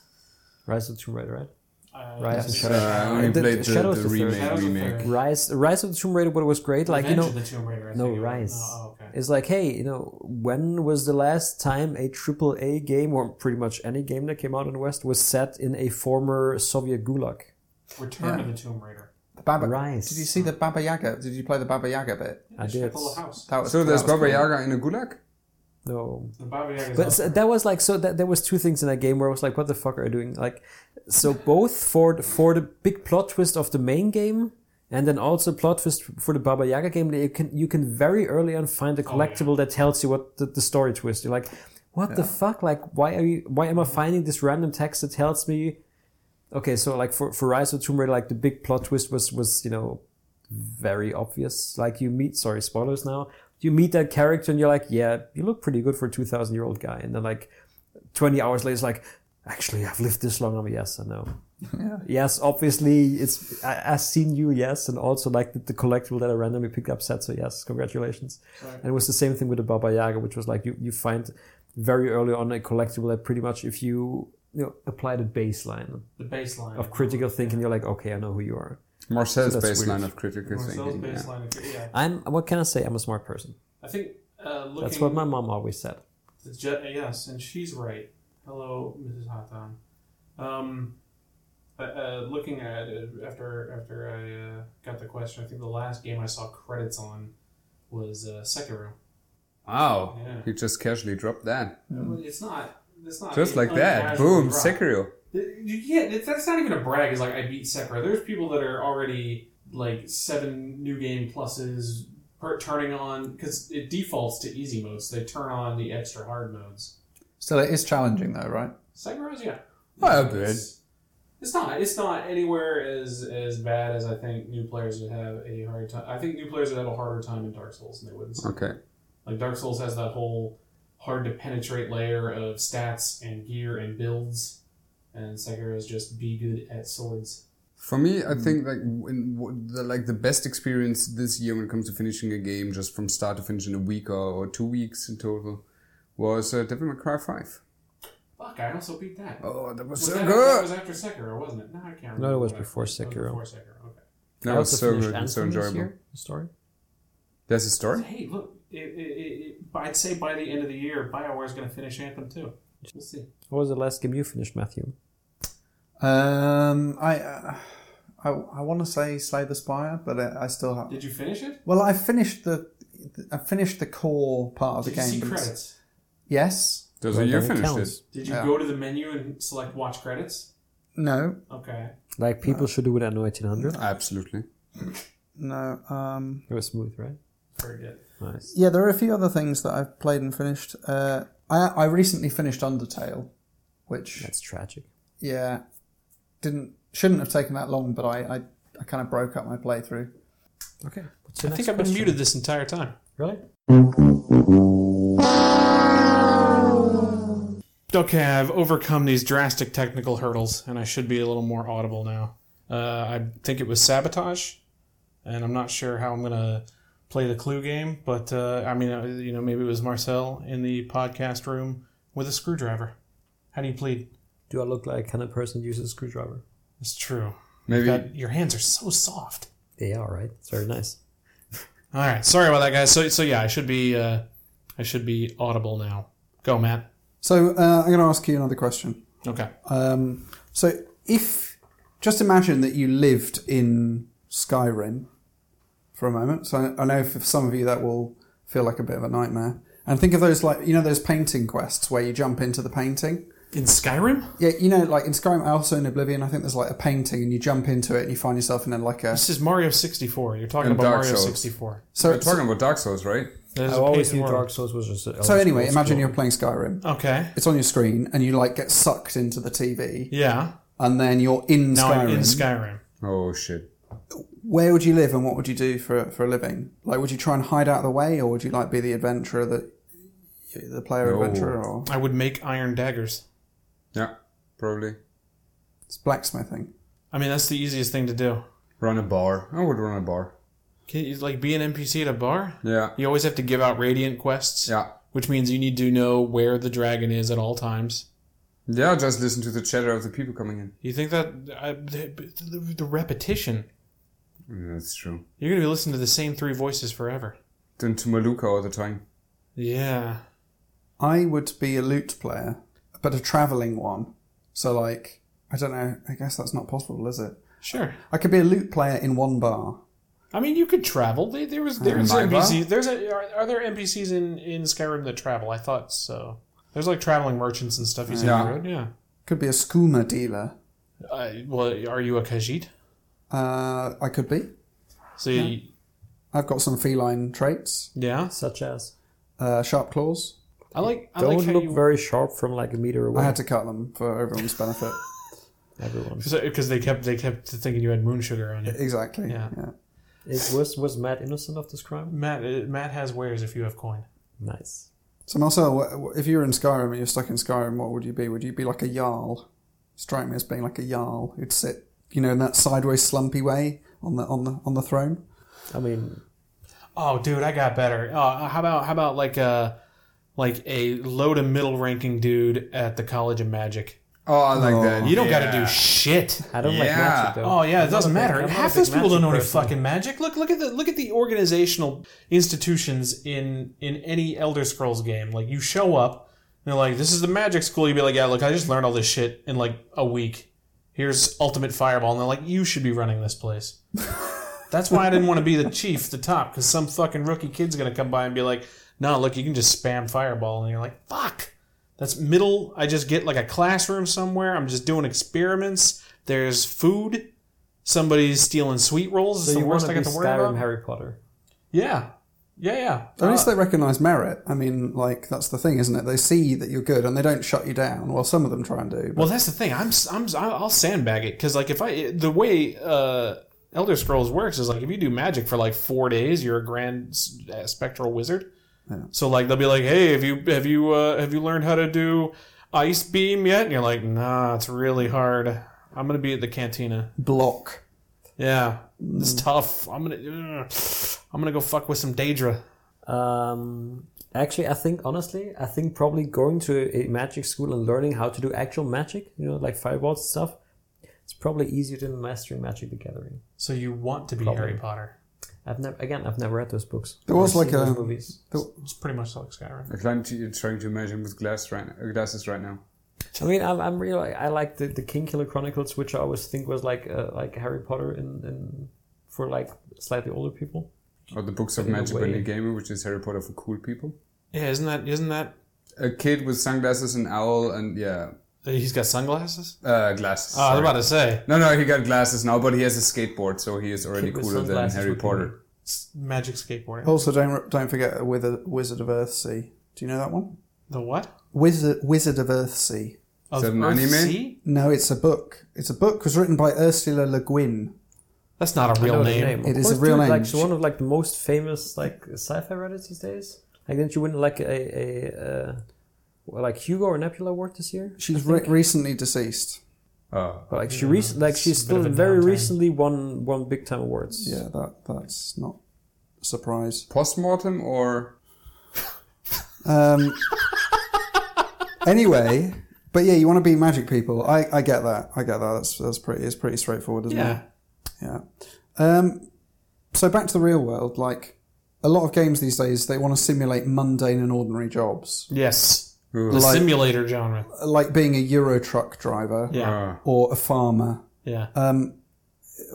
Speaker 2: rise of the tomb raider right
Speaker 4: Uh,
Speaker 2: Rise and
Speaker 4: this-
Speaker 2: Shadow.
Speaker 5: Uh, I only
Speaker 2: The-
Speaker 5: played the,
Speaker 2: Shadows
Speaker 5: the
Speaker 2: of the Third.
Speaker 5: remake.
Speaker 4: Shadows of the
Speaker 5: remake.
Speaker 4: Third.
Speaker 2: rise rise of the tomb raider what was great like you
Speaker 4: Revenge
Speaker 2: know
Speaker 4: of the Tomb Raider. I
Speaker 2: no
Speaker 4: think it was.
Speaker 2: rise
Speaker 4: Oh, okay.
Speaker 2: it's like hey you know when was the last time a triple a game or pretty much any game that came out in the west was set in a former soviet gulag
Speaker 4: Return
Speaker 3: Yeah.
Speaker 4: of the Tomb Raider.
Speaker 3: The Baba.
Speaker 2: Rise.
Speaker 3: Did you see the Baba Yaga? Did you play the Baba Yaga bit?
Speaker 2: i
Speaker 4: It's
Speaker 2: did
Speaker 4: Full House.
Speaker 3: That was
Speaker 5: So there's
Speaker 3: that was
Speaker 5: Baba
Speaker 3: cool.
Speaker 5: Yaga in a gulag?
Speaker 2: no
Speaker 4: The Baba Yaga's
Speaker 2: But
Speaker 4: also-
Speaker 2: so that was like so that there was two things in that game where I was like, what the fuck are you doing? Like, so both for the, for the big plot twist of the main game, and then also plot twist for the Baba Yaga game. that You can you can very early on find a collectible that tells you what the, the story twist. You're like, what the fuck? Like, why are you? Why am I finding this random text that tells me? Okay, so like for for Rise of Tomb Raider, like the big plot twist was was you know very obvious. Like you meet, sorry, spoilers now. You meet that character and you're like, yeah, you look pretty good for a 2,000 year old guy. And then like 20 hours later, it's like, actually, I've lived this long. I'm a yes, I know. *laughs* Yes, obviously, it's I, I've seen you, yes, and also like the, the collectible that I randomly picked up said so. Yes, congratulations. And it was the same thing with the Baba Yaga, which was like you you find very early on a collectible that pretty much if you you know apply the baseline
Speaker 4: the baseline
Speaker 2: of critical thinking, you're like, okay, I know who you are.
Speaker 5: Marcel's
Speaker 2: So that's
Speaker 5: baseline
Speaker 2: weird.
Speaker 5: of critical
Speaker 4: Marcel's
Speaker 5: thinking. yeah.
Speaker 4: baseline. of- Yeah.
Speaker 2: I'm what can I say? I'm a smart person.
Speaker 4: I think uh, looking.
Speaker 2: That's what my mom always said.
Speaker 4: The Je- yes, and she's right. Hello, Mrs. Hatan. Um, uh, uh, looking at it, after after I uh, got the question, I think the last game I saw credits on was uh, Sekiro.
Speaker 5: Wow.
Speaker 4: Yeah.
Speaker 5: You just casually dropped that.
Speaker 4: Well, It's not. It's not
Speaker 5: Just
Speaker 4: it's
Speaker 5: like that.
Speaker 4: uncasual
Speaker 5: Boom,
Speaker 4: drop.
Speaker 5: Sekiro.
Speaker 4: Th- You can't. It's, that's not even a brag. It's like I beat Sekiro. There's people that are already like seven new game pluses per, turning on because it defaults to easy modes. They turn on the extra hard modes.
Speaker 3: Still, it is challenging though, right?
Speaker 4: Sekiro's yeah.
Speaker 5: Well, good.
Speaker 4: It's, it's not. It's not anywhere as as bad as I think new players would have a hard time. I think new players would have a harder time in Dark Souls than they would in Sekiro.
Speaker 5: Okay.
Speaker 4: Like Dark Souls has that whole hard to penetrate layer of stats and gear and builds, and Sekiro is just be good at swords.
Speaker 5: For me, I think like when, w- the, like the best experience this year when it comes to finishing a game, just from start to finish in a week or, or two weeks in total, was uh, Devil May Cry Five.
Speaker 4: Fuck, I also beat that.
Speaker 5: Oh, that was,
Speaker 4: Was
Speaker 5: so
Speaker 4: that- That
Speaker 5: good.
Speaker 4: was after Sekiro, wasn't it? No, I can't remember.
Speaker 2: No, it was
Speaker 4: what
Speaker 2: before
Speaker 4: That was
Speaker 2: Sekiro.
Speaker 4: before Sekiro, okay.
Speaker 5: That
Speaker 2: I
Speaker 5: was
Speaker 2: also
Speaker 5: so
Speaker 2: finished
Speaker 5: good and so
Speaker 2: Anthem this
Speaker 5: enjoyable.
Speaker 2: year, the story.
Speaker 5: There's a story.
Speaker 4: Hey, look, it, it, it, it, I'd say by the end of the year, BioWare's going to finish Anthem too. We'll see.
Speaker 2: What was the last game you finished, Matthew?
Speaker 3: Um, I, uh, I, I want to say Slay the Spire, but I, I still have.
Speaker 4: Did you finish it?
Speaker 3: Well, I finished the, I finished the core part of the
Speaker 4: Did you
Speaker 3: game.
Speaker 4: see
Speaker 3: but it's-
Speaker 4: credits?
Speaker 3: Yes.
Speaker 5: Those
Speaker 2: Well,
Speaker 5: are you
Speaker 2: then it
Speaker 5: finished
Speaker 2: counts.
Speaker 5: it.
Speaker 4: Did you
Speaker 3: Yeah.
Speaker 4: go to the menu and select watch credits?
Speaker 3: No.
Speaker 4: Okay.
Speaker 2: Like people should do with Anno 1800.
Speaker 5: Absolutely.
Speaker 3: No. Um.
Speaker 2: It was smooth, right?
Speaker 4: Very good.
Speaker 2: Nice.
Speaker 3: Yeah, there are a few other things that I've played and finished. Uh, I I recently finished Undertale, which
Speaker 2: That's tragic.
Speaker 3: yeah didn't shouldn't have taken that long, but I I, I kind of broke up my playthrough.
Speaker 2: Okay. What's
Speaker 4: I think I've been muted this entire time.
Speaker 2: Really?
Speaker 4: Okay, I've overcome these drastic technical hurdles, and I should be a little more audible now. Uh, I think it was sabotage, and I'm not sure how I'm gonna play the clue game, but uh, I mean, uh, you know, maybe it was Marcel in the podcast room with a screwdriver. How do you plead?
Speaker 2: Do I look like a kind of person who uses a screwdriver?
Speaker 4: It's true.
Speaker 5: Maybe
Speaker 4: God, your hands are so soft.
Speaker 2: They are, right? It's very nice.
Speaker 4: All right, sorry about that, guys. So, so yeah, I should be, uh, I should be audible now. Go, Matt.
Speaker 3: So uh, I'm going to ask you another question.
Speaker 4: Okay.
Speaker 3: Um, so if just imagine that you lived in Skyrim for a moment. So I, I know for some of you that will feel like a bit of a nightmare. And think of those like you know those painting quests where you jump into the painting.
Speaker 4: In Skyrim,
Speaker 3: Yeah, you know, like in Skyrim, also in Oblivion, I think there's like a painting, and you jump into it, and you find yourself in a, like a.
Speaker 4: this is Mario 64. You're talking
Speaker 5: And
Speaker 4: about
Speaker 5: Dark
Speaker 4: Mario
Speaker 5: Souls.
Speaker 4: 64.
Speaker 5: we're
Speaker 3: So, so,
Speaker 5: talking about Dark Souls, right?
Speaker 4: There's
Speaker 2: I
Speaker 4: a
Speaker 2: always
Speaker 4: pace in
Speaker 2: knew
Speaker 4: work.
Speaker 2: Dark Souls was just. an old
Speaker 3: anyway,
Speaker 2: school
Speaker 3: imagine
Speaker 2: school.
Speaker 3: you're playing Skyrim.
Speaker 4: Okay.
Speaker 3: It's on your screen, and you like get sucked into the TV,
Speaker 4: Yeah.
Speaker 3: and then you're in
Speaker 4: Now
Speaker 3: Skyrim.
Speaker 4: I'm in Skyrim.
Speaker 5: Oh shit.
Speaker 3: Where would you live, and what would you do for for a living? Like, would you try and hide out of the way, or would you like be the adventurer that the player
Speaker 5: No.
Speaker 3: adventurer, or
Speaker 4: I would make iron daggers.
Speaker 5: Yeah, probably.
Speaker 3: it's blacksmithing?
Speaker 4: I mean, that's the easiest thing to do.
Speaker 5: Run a bar. I would run a bar.
Speaker 4: Can you, like, be an NPC at a bar?
Speaker 5: Yeah.
Speaker 4: You always have to give out radiant quests,
Speaker 5: Yeah.
Speaker 4: which means you need to know where the dragon is at all times.
Speaker 5: Yeah, just listen to the chatter of the people coming in.
Speaker 4: You think that I, the, the, the repetition?
Speaker 5: Yeah, that's true.
Speaker 4: You're gonna be listening to the same three voices forever.
Speaker 5: Then to Maluka all the time.
Speaker 4: Yeah.
Speaker 3: I would be a loot player, but a traveling one. So, like, I don't know. I guess that's not possible, is it?
Speaker 4: Sure.
Speaker 3: I could be a loot player in one bar.
Speaker 4: I mean, you could travel. They, there was there's
Speaker 5: Might well.
Speaker 4: NPC. There's a, are, are there NPCs in, in Skyrim that travel? I thought so. There's like traveling merchants and stuff you see on
Speaker 5: Yeah.
Speaker 4: the road. Yeah.
Speaker 3: Could be a skooma dealer.
Speaker 4: Uh, well, are you a Khajiit?
Speaker 3: Uh, I could be.
Speaker 4: So you,
Speaker 3: I've got some feline traits.
Speaker 4: yeah,
Speaker 2: Such as.
Speaker 3: Uh, sharp claws.
Speaker 4: I like. I
Speaker 2: Don't
Speaker 4: like how
Speaker 2: look
Speaker 4: you,
Speaker 2: very sharp from like a meter away.
Speaker 3: I had to cut them for everyone's benefit.
Speaker 2: Everyone.
Speaker 4: because they kept they kept thinking you had moon sugar on you.
Speaker 3: exactly.
Speaker 4: *laughs* Yeah.
Speaker 2: It was was Matt innocent of this crime?
Speaker 4: Matt uh, Matt has wares if you have coin.
Speaker 2: Nice.
Speaker 3: So Marcel, wh- wh- if you were in Skyrim and you're stuck in Skyrim, what would you be? Would you be like a jarl? Strike me as being like a jarl who'd sit, you know, in that sideways slumpy way on the on the on the throne.
Speaker 2: I mean,
Speaker 4: Oh, dude, I got better. Uh, how about how about like a like a low to middle ranking dude at the College of Magic?
Speaker 5: Oh, I like
Speaker 3: Oh.
Speaker 5: that.
Speaker 4: You don't got to
Speaker 5: Yeah.
Speaker 4: do shit.
Speaker 2: I don't like
Speaker 5: Yeah.
Speaker 2: magic though.
Speaker 4: Oh yeah,
Speaker 2: I'm
Speaker 4: it
Speaker 2: not
Speaker 4: doesn't
Speaker 2: a big-
Speaker 4: matter.
Speaker 2: I'm not
Speaker 4: Half
Speaker 2: a big
Speaker 4: those people don't
Speaker 2: magic
Speaker 4: know any
Speaker 2: person.
Speaker 4: fucking magic. Look, look at the look at the organizational institutions in in any Elder Scrolls game. Like you show up, and they're like, "This is the magic school." You'd be like, "Yeah, look, I just learned all this shit in like a week. Here's Ultimate Fireball," and they're like, "You should be running
Speaker 2: *laughs*
Speaker 4: this place." That's why I didn't want to be the chief, the top, because some fucking rookie kid's gonna come by and be like, "No, look, you can just spam Fireball," and you're like, "Fuck." That's middle. I just get like a classroom somewhere. I'm just doing experiments. There's food. Somebody's stealing sweet rolls. It's
Speaker 2: So
Speaker 4: the
Speaker 2: you want
Speaker 4: worst
Speaker 2: to
Speaker 4: I
Speaker 2: be
Speaker 4: got to worry
Speaker 2: Skyrim
Speaker 4: about.
Speaker 2: Harry Potter?
Speaker 4: Yeah, yeah, yeah. Uh,
Speaker 3: At least they recognise merit. I mean, like that's the thing, isn't it? They see that you're good and they don't shut you down. Well, some of them try and do. But
Speaker 4: Well, that's the thing. I'm I'm I'll sandbag it because like if I the way uh, Elder Scrolls works is like if you do magic for like four days, you're a grand s- uh, spectral wizard. So like they'll be like, hey, have you have you uh, have you learned how to do ice beam yet? And you're like, nah, it's really hard. I'm gonna be at the cantina.
Speaker 3: block.
Speaker 4: Mm. Yeah, it's tough. I'm gonna ugh. I'm gonna go fuck with some Daedra.
Speaker 2: Um, actually, I think honestly, I think probably going to a magic school and learning how to do actual magic, you know, like fireballs and stuff, it's probably easier than mastering Magic the Gathering.
Speaker 1: So you want to be
Speaker 2: Probably.
Speaker 1: Harry Potter?
Speaker 2: I've never again, I've never read those books.
Speaker 3: There was
Speaker 2: I've
Speaker 3: like
Speaker 2: seen those
Speaker 3: a-
Speaker 2: movies.
Speaker 1: It's pretty much like Skyrim.
Speaker 5: Like I'm t- trying to imagine with glass right uh, glasses right now.
Speaker 2: I mean, I'm, I'm real. I like the the King Killer Chronicles, which I always think was like uh, like Harry Potter in, in for like slightly older people.
Speaker 5: Or the books of
Speaker 2: In a
Speaker 5: magic by
Speaker 2: way.
Speaker 5: Neil Gaiman, which is Harry Potter for cool people.
Speaker 4: Yeah, isn't that isn't that
Speaker 5: A kid with sunglasses, an owl, and yeah,
Speaker 4: uh, he's got sunglasses?
Speaker 5: uh, glasses.
Speaker 4: Oh, I
Speaker 2: Ah.
Speaker 4: was
Speaker 5: sorry.
Speaker 4: about to say
Speaker 5: no, no, he got glasses now, but he has a skateboard, so he is already
Speaker 2: Kid with
Speaker 5: cooler than
Speaker 2: sunglasses
Speaker 5: Harry
Speaker 2: would be
Speaker 5: Potter.
Speaker 4: it's magic skateboarding.
Speaker 3: Also, don't don't forget Wither, Wizard of Earthsea. Do you know that one?
Speaker 4: The what?
Speaker 3: Wizard Wizard of Earthsea.
Speaker 4: Of
Speaker 5: that an
Speaker 4: Earth
Speaker 5: anime?
Speaker 4: Sea?
Speaker 3: No, it's a book. It's a book. It was written by Ursula Le Guin.
Speaker 4: That's not a
Speaker 2: I know
Speaker 4: real
Speaker 2: the
Speaker 4: name.
Speaker 2: Of
Speaker 3: It is a
Speaker 2: course,
Speaker 3: real
Speaker 2: dude,
Speaker 3: name.
Speaker 2: Like it's one of like the most famous like sci-fi reddits these days. Like didn't you win like a a uh, well, like Hugo or Nebula award this year?
Speaker 3: She's re- recently deceased.
Speaker 5: Uh,
Speaker 2: But like she rec- like
Speaker 4: it's
Speaker 2: she's
Speaker 4: a bit
Speaker 2: still
Speaker 4: of a
Speaker 2: very
Speaker 4: downtime.
Speaker 2: recently won won big time awards.
Speaker 3: Yeah, that that's not a surprise.
Speaker 5: postmortem or
Speaker 3: Um, *laughs* anyway, but yeah, you want to be magic people. I, I get that. I get that. That's that's pretty. It's pretty straightforward, isn't
Speaker 4: Yeah.
Speaker 3: it? Yeah. Um, so back to the real world. Like a lot of games these days, they want to simulate mundane and ordinary jobs,
Speaker 4: Yes. The
Speaker 3: Like-
Speaker 4: simulator genre.
Speaker 3: like being a Euro truck driver
Speaker 4: Yeah. Uh,
Speaker 5: uh,
Speaker 3: or a farmer.
Speaker 4: Yeah.
Speaker 3: Um,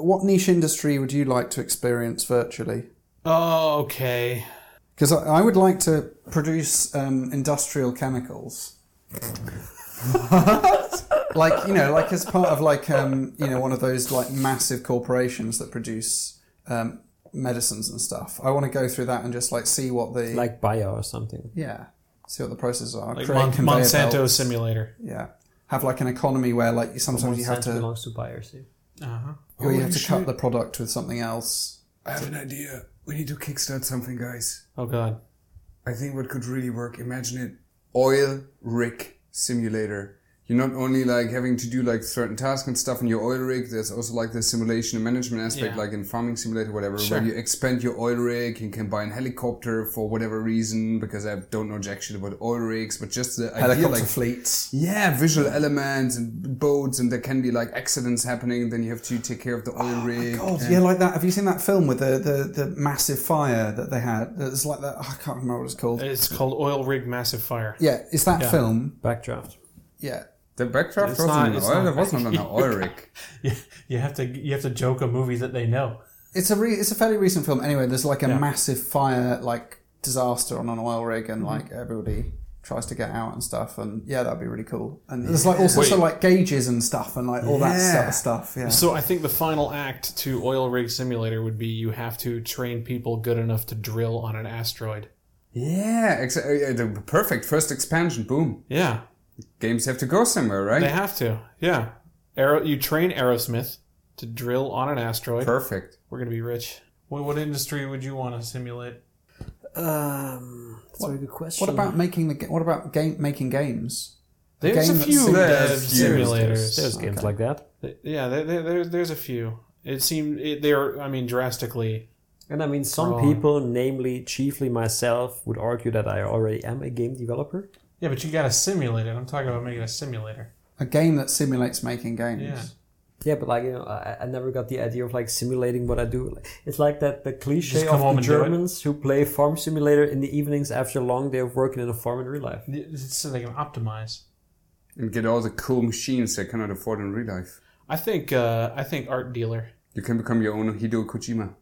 Speaker 3: what niche industry would you like to experience virtually?
Speaker 4: Oh, okay.
Speaker 3: Because I, I would like to produce um, industrial chemicals. *laughs* like you know, like as part of like um, you know one of those like massive corporations that produce um, medicines and stuff. I want to go through that and just like see what the
Speaker 2: Like Bayer or something.
Speaker 3: yeah, see what the processes are.
Speaker 4: Like
Speaker 3: create
Speaker 4: Mon-
Speaker 3: conveyor
Speaker 4: Monsanto
Speaker 3: belts.
Speaker 4: simulator.
Speaker 3: Yeah, have like an economy where like sometimes you have
Speaker 2: Monsanto
Speaker 3: to
Speaker 2: belongs to Bayer. See?
Speaker 4: Uh-huh.
Speaker 3: or you have to cut the product with something else.
Speaker 5: I have an idea. We need to kickstart something, guys.
Speaker 4: Oh god.
Speaker 5: I think what could really work, imagine it, oil rig simulator. You're not only like having to do like certain tasks and stuff in your oil rig, there's also like the simulation and management aspect,
Speaker 4: Yeah.
Speaker 5: like in farming simulator, whatever,
Speaker 4: Sure.
Speaker 5: where you expand your oil rig, you can buy an helicopter for whatever reason, because I don't know jack shit about oil rigs, but just the idea
Speaker 3: Helicopter
Speaker 5: like
Speaker 3: fleets.
Speaker 5: yeah, visual elements and boats, and there can be like accidents happening. Then you have to take care of the oil rig.
Speaker 3: Oh God,
Speaker 5: and-
Speaker 3: yeah, like that. Have you seen that film with the, the, the massive fire that they had? It's like that. I can't remember what it's called.
Speaker 4: It's called Oil Rig Massive Fire.
Speaker 3: Yeah, it's that film.
Speaker 2: Backdraft.
Speaker 3: Yeah.
Speaker 5: The backdraft
Speaker 4: It's
Speaker 5: wasn't
Speaker 4: not-
Speaker 5: an
Speaker 4: it's
Speaker 5: oil.
Speaker 4: not-
Speaker 5: There
Speaker 4: *laughs*
Speaker 5: wasn't an oil rig.
Speaker 4: You, you have to you have to joke a movie that they know.
Speaker 3: It's a re- it's a fairly recent film. Anyway, there's like a massive fire like disaster on an oil rig, and
Speaker 4: Mm-hmm.
Speaker 3: like everybody tries to get out and stuff. And yeah, that'd be really cool. And there's like all sorts of
Speaker 4: Wait.
Speaker 3: like gauges and stuff, and like all that
Speaker 5: Yeah.
Speaker 3: sort of stuff. Yeah.
Speaker 4: So I think the final act to Oil Rig Simulator would be you have to train people good enough to drill on an asteroid.
Speaker 5: Yeah, exactly. The perfect first expansion. Boom.
Speaker 4: Yeah,
Speaker 5: Games have to go somewhere, right?
Speaker 4: they have to. Yeah, Aero, you train Aerosmith to drill on an asteroid.
Speaker 5: Perfect.
Speaker 4: We're gonna be rich. What, what industry would you want to simulate?
Speaker 2: Um, that's a very good question.
Speaker 3: what about making the ga- what about game making games?
Speaker 4: There's a
Speaker 3: game
Speaker 4: few
Speaker 3: that
Speaker 4: dev
Speaker 5: simulators.
Speaker 4: simulators.
Speaker 2: There's games like that.
Speaker 4: yeah, there, there, there's there's a few. It seemed it, they are. I mean, drastically.
Speaker 2: And I mean, some
Speaker 4: Wrong.
Speaker 2: people, namely chiefly myself, would argue that I already am a game developer.
Speaker 4: Yeah, but you got to simulate it. I'm talking about making a simulator.
Speaker 3: A game that simulates making games.
Speaker 4: Yeah.
Speaker 2: Yeah, but like you know, I, I never got the idea of like simulating what I do. It's like that the cliche
Speaker 4: Just come
Speaker 2: of
Speaker 4: home
Speaker 2: the
Speaker 4: and do it.
Speaker 2: Germans who play farm simulator in the evenings after a long day of working in a farm in real life.
Speaker 4: so they can optimize.
Speaker 5: And get all the cool machines they cannot afford in real life.
Speaker 4: I think uh, I think art dealer,
Speaker 5: You can become your own Hideo Kojima.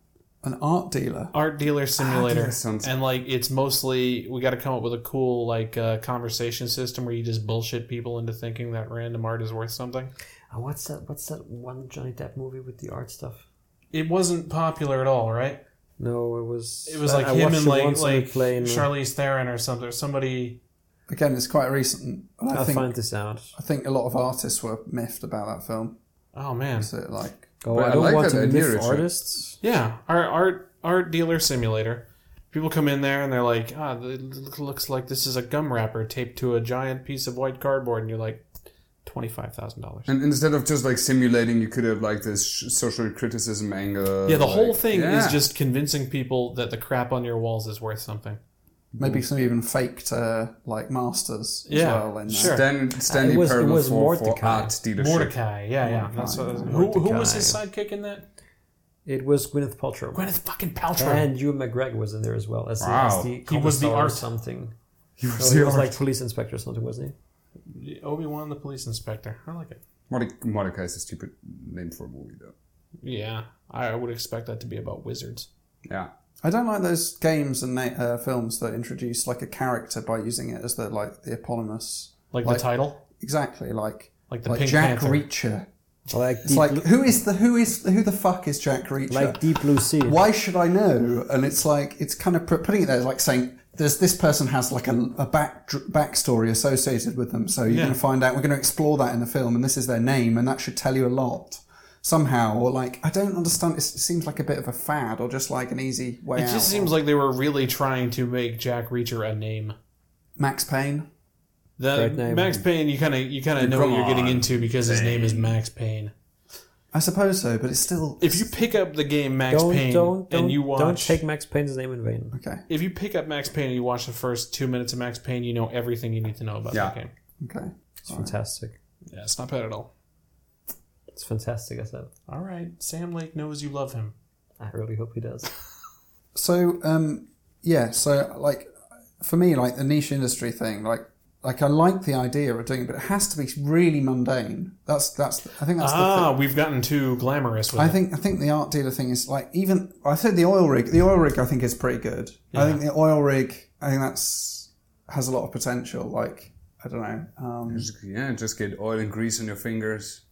Speaker 3: An art dealer.
Speaker 4: art
Speaker 2: Ah,
Speaker 4: dealer simulator,
Speaker 5: that sounds-
Speaker 4: and like it's mostly we got to come up with a cool like uh, conversation system where you just bullshit people into thinking that random art is worth something.
Speaker 2: Uh, what's that? What's that one Johnny Depp movie with the art stuff?
Speaker 4: It wasn't popular at all, right?
Speaker 2: No, it was.
Speaker 4: It was
Speaker 2: I-
Speaker 4: like
Speaker 2: I
Speaker 4: him
Speaker 2: watched
Speaker 4: and
Speaker 2: it
Speaker 4: like
Speaker 2: once on a
Speaker 4: like
Speaker 2: plane. uh,
Speaker 4: Charlize Theron or something. Or somebody.
Speaker 3: Again, it's quite recent. and I
Speaker 2: I'll
Speaker 3: think
Speaker 2: find this out.
Speaker 3: I think a lot of artists were miffed about that film.
Speaker 4: Oh man,
Speaker 3: So like
Speaker 2: Oh,
Speaker 5: But
Speaker 2: I
Speaker 5: I
Speaker 2: don't
Speaker 5: like
Speaker 2: want
Speaker 5: that
Speaker 2: to
Speaker 5: idea,
Speaker 2: miss
Speaker 5: Richard.
Speaker 2: artists.
Speaker 4: yeah, our art art dealer simulator. People come in there and they're like, ah, it looks like this is a gum wrapper taped to a giant piece of white cardboard, and you're like, twenty-five thousand dollars.
Speaker 5: And instead of just like simulating, you could have like this sh- social criticism angle.
Speaker 4: Yeah, the whole
Speaker 5: like-
Speaker 4: thing
Speaker 5: Yeah.
Speaker 4: is just convincing people that the crap on your walls is worth something.
Speaker 3: Maybe some even faked uh, like masters as
Speaker 4: Yeah,
Speaker 3: well. In there.
Speaker 4: sure. Uh,
Speaker 5: Stan, Stanley
Speaker 2: it was- it
Speaker 5: Parable
Speaker 2: was
Speaker 5: for, for
Speaker 2: Mordecai.
Speaker 5: art dealership.
Speaker 4: Mordecai, yeah, yeah, that's what. Who, who was his sidekick in that?
Speaker 2: It was Gwyneth Paltrow.
Speaker 4: Gwyneth fucking Paltrow.
Speaker 2: and Ewan McGregor was in there as well as, the-
Speaker 5: Wow.
Speaker 2: as the
Speaker 5: He
Speaker 2: he
Speaker 4: was the
Speaker 2: or
Speaker 4: art.
Speaker 2: something.
Speaker 5: He
Speaker 2: No,
Speaker 5: was,
Speaker 2: he
Speaker 5: the
Speaker 2: was
Speaker 5: art-
Speaker 2: like police inspector or something, wasn't
Speaker 4: Obi Wan, the police inspector. I like it.
Speaker 5: Morde- Mordecai is a stupid name for a movie, though.
Speaker 4: Yeah, I would expect that to be about wizards.
Speaker 5: Yeah.
Speaker 3: I don't like those games and na- uh, films that introduce like a character by using it as the like the eponymous.
Speaker 4: Like,
Speaker 3: Like-
Speaker 4: the title,
Speaker 3: Exactly, like
Speaker 4: like the
Speaker 3: like
Speaker 4: Pink
Speaker 3: Jack
Speaker 4: Panther.
Speaker 3: Reacher.
Speaker 2: he? Like
Speaker 3: It's like who is the who is who the fuck is Jack Reacher?
Speaker 2: like Deep Blue Sea.
Speaker 3: why should I know? And it's like it's kind of put- putting it there is like saying there's this person has like a, a back dr- backstory associated with them, so you're
Speaker 4: Yeah.
Speaker 3: going to find out. We're going to explore that in the film, and this is their name, and that should tell you a lot somehow. Or like I don't understand. It seems like a bit of a fad, or just like an easy way
Speaker 4: it
Speaker 3: out.
Speaker 4: just seems like they were really trying to make Jack Reacher a name.
Speaker 3: Max Payne.
Speaker 4: The
Speaker 2: Great name.
Speaker 4: Max Payne, you kind of you kind of know what
Speaker 5: Come
Speaker 4: you're getting
Speaker 5: on,
Speaker 4: into because his name is Max Payne.
Speaker 3: I suppose so, but it's still
Speaker 4: If you pick up the game Max
Speaker 2: don't,
Speaker 4: Payne
Speaker 2: don't, don't,
Speaker 4: and you watch,
Speaker 2: don't take Max Payne's name in vain.
Speaker 3: okay.
Speaker 4: if you pick up Max Payne and you watch the first two minutes of Max Payne, you know everything you need to know about
Speaker 5: Yeah.
Speaker 4: that game.
Speaker 3: Okay,
Speaker 2: It's fantastic.
Speaker 4: Yeah, it's not bad at all.
Speaker 2: It's fantastic, I said.
Speaker 4: All right, Sam Lake knows you love him.
Speaker 2: I really hope he does.
Speaker 3: so um, yeah, so like for me, like the niche industry thing, like. Like I like the idea of doing it, but it has to be really mundane. That's that's. I think that's the thing.
Speaker 4: Ah, we've gotten too glamorous with
Speaker 3: I
Speaker 4: it.
Speaker 3: think I think the art dealer thing is like even I said the oil rig. The oil rig I think is pretty good. I think the oil rig. I think that's has a lot of potential. Like I don't know. Um,
Speaker 5: Just- yeah, just get oil and grease on your fingers,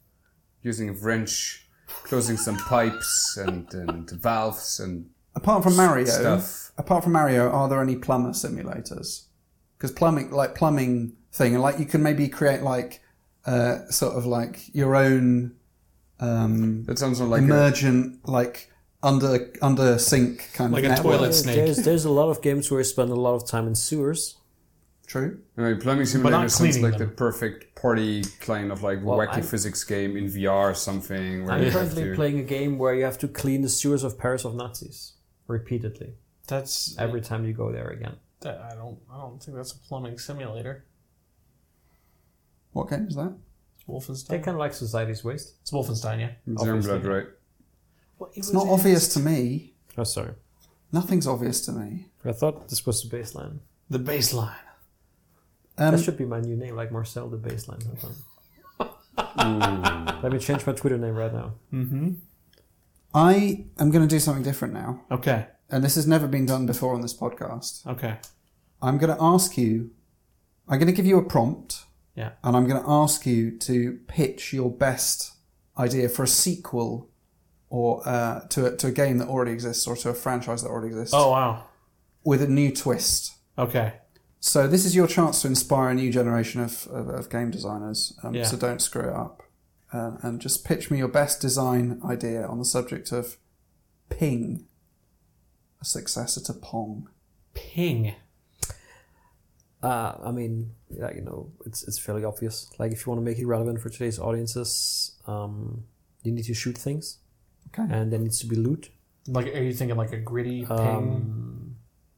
Speaker 5: using a wrench, closing some pipes and, and valves and
Speaker 3: apart from Mario,
Speaker 5: stuff.
Speaker 3: apart from Mario, are there any plumber simulators? Because plumbing, like plumbing thing, and like you can maybe create like uh, sort of like your own um,
Speaker 5: That sounds not like
Speaker 4: uh,
Speaker 5: a,
Speaker 3: emergent like under under sink kind
Speaker 4: Like
Speaker 3: of
Speaker 4: a
Speaker 3: network.
Speaker 4: toilet.
Speaker 2: There's-
Speaker 4: snake.
Speaker 2: There's, there's a lot of games where you spend a lot of time in sewers.
Speaker 3: True.
Speaker 5: I mean, plumbing
Speaker 4: not
Speaker 5: simulator sounds
Speaker 4: cleaning
Speaker 5: like
Speaker 4: them.
Speaker 5: the perfect party kind of like wacky
Speaker 2: I'm-
Speaker 5: physics game in VR or something. Where
Speaker 2: I'm
Speaker 5: *laughs* you have
Speaker 2: currently
Speaker 5: to-
Speaker 2: playing a game where you have to clean the sewers of Paris of Nazis repeatedly
Speaker 4: that's
Speaker 2: every time you go there again.
Speaker 4: that- I don't I don't think that's a plumbing simulator.
Speaker 3: What game is that?
Speaker 2: They
Speaker 4: Wolfenstein.
Speaker 2: kind of like Society's Waste.
Speaker 4: It's Wolfenstein, yeah.
Speaker 5: Zermblood, right?
Speaker 3: Mm. It's not obvious to me.
Speaker 2: Oh, sorry.
Speaker 3: Nothing's obvious to me.
Speaker 2: I thought this was the baseline.
Speaker 4: The baseline.
Speaker 3: Um,
Speaker 2: that should be my new name, like Marcel the Baseline. Hold
Speaker 4: Hmm.
Speaker 2: on. Let me change my Twitter name right now.
Speaker 3: I am going to do something different now,
Speaker 4: Okay.
Speaker 3: and this has never been done before on this podcast.
Speaker 4: Okay.
Speaker 3: I'm going to ask you, I'm going to give you a prompt,
Speaker 4: Yeah.
Speaker 3: and I'm going to ask you to pitch your best idea for a sequel or uh, to, a, to a game that already exists or to a franchise that already exists
Speaker 4: Oh wow.
Speaker 3: with a new twist.
Speaker 4: Okay.
Speaker 3: So, this is your chance to inspire a new generation of, of, of game designers, um,
Speaker 4: Yeah.
Speaker 3: so don't screw it up. Uh, and just pitch me your best design idea on the subject of Ping, a successor to Pong.
Speaker 4: Ping.
Speaker 2: Uh, I mean, like, you know, it's it's fairly obvious. Like, if you want to make it relevant for today's audiences, um, you need to shoot things,
Speaker 3: Okay.
Speaker 2: and there needs to be loot.
Speaker 4: Like are you thinking like a gritty ping?
Speaker 2: Um,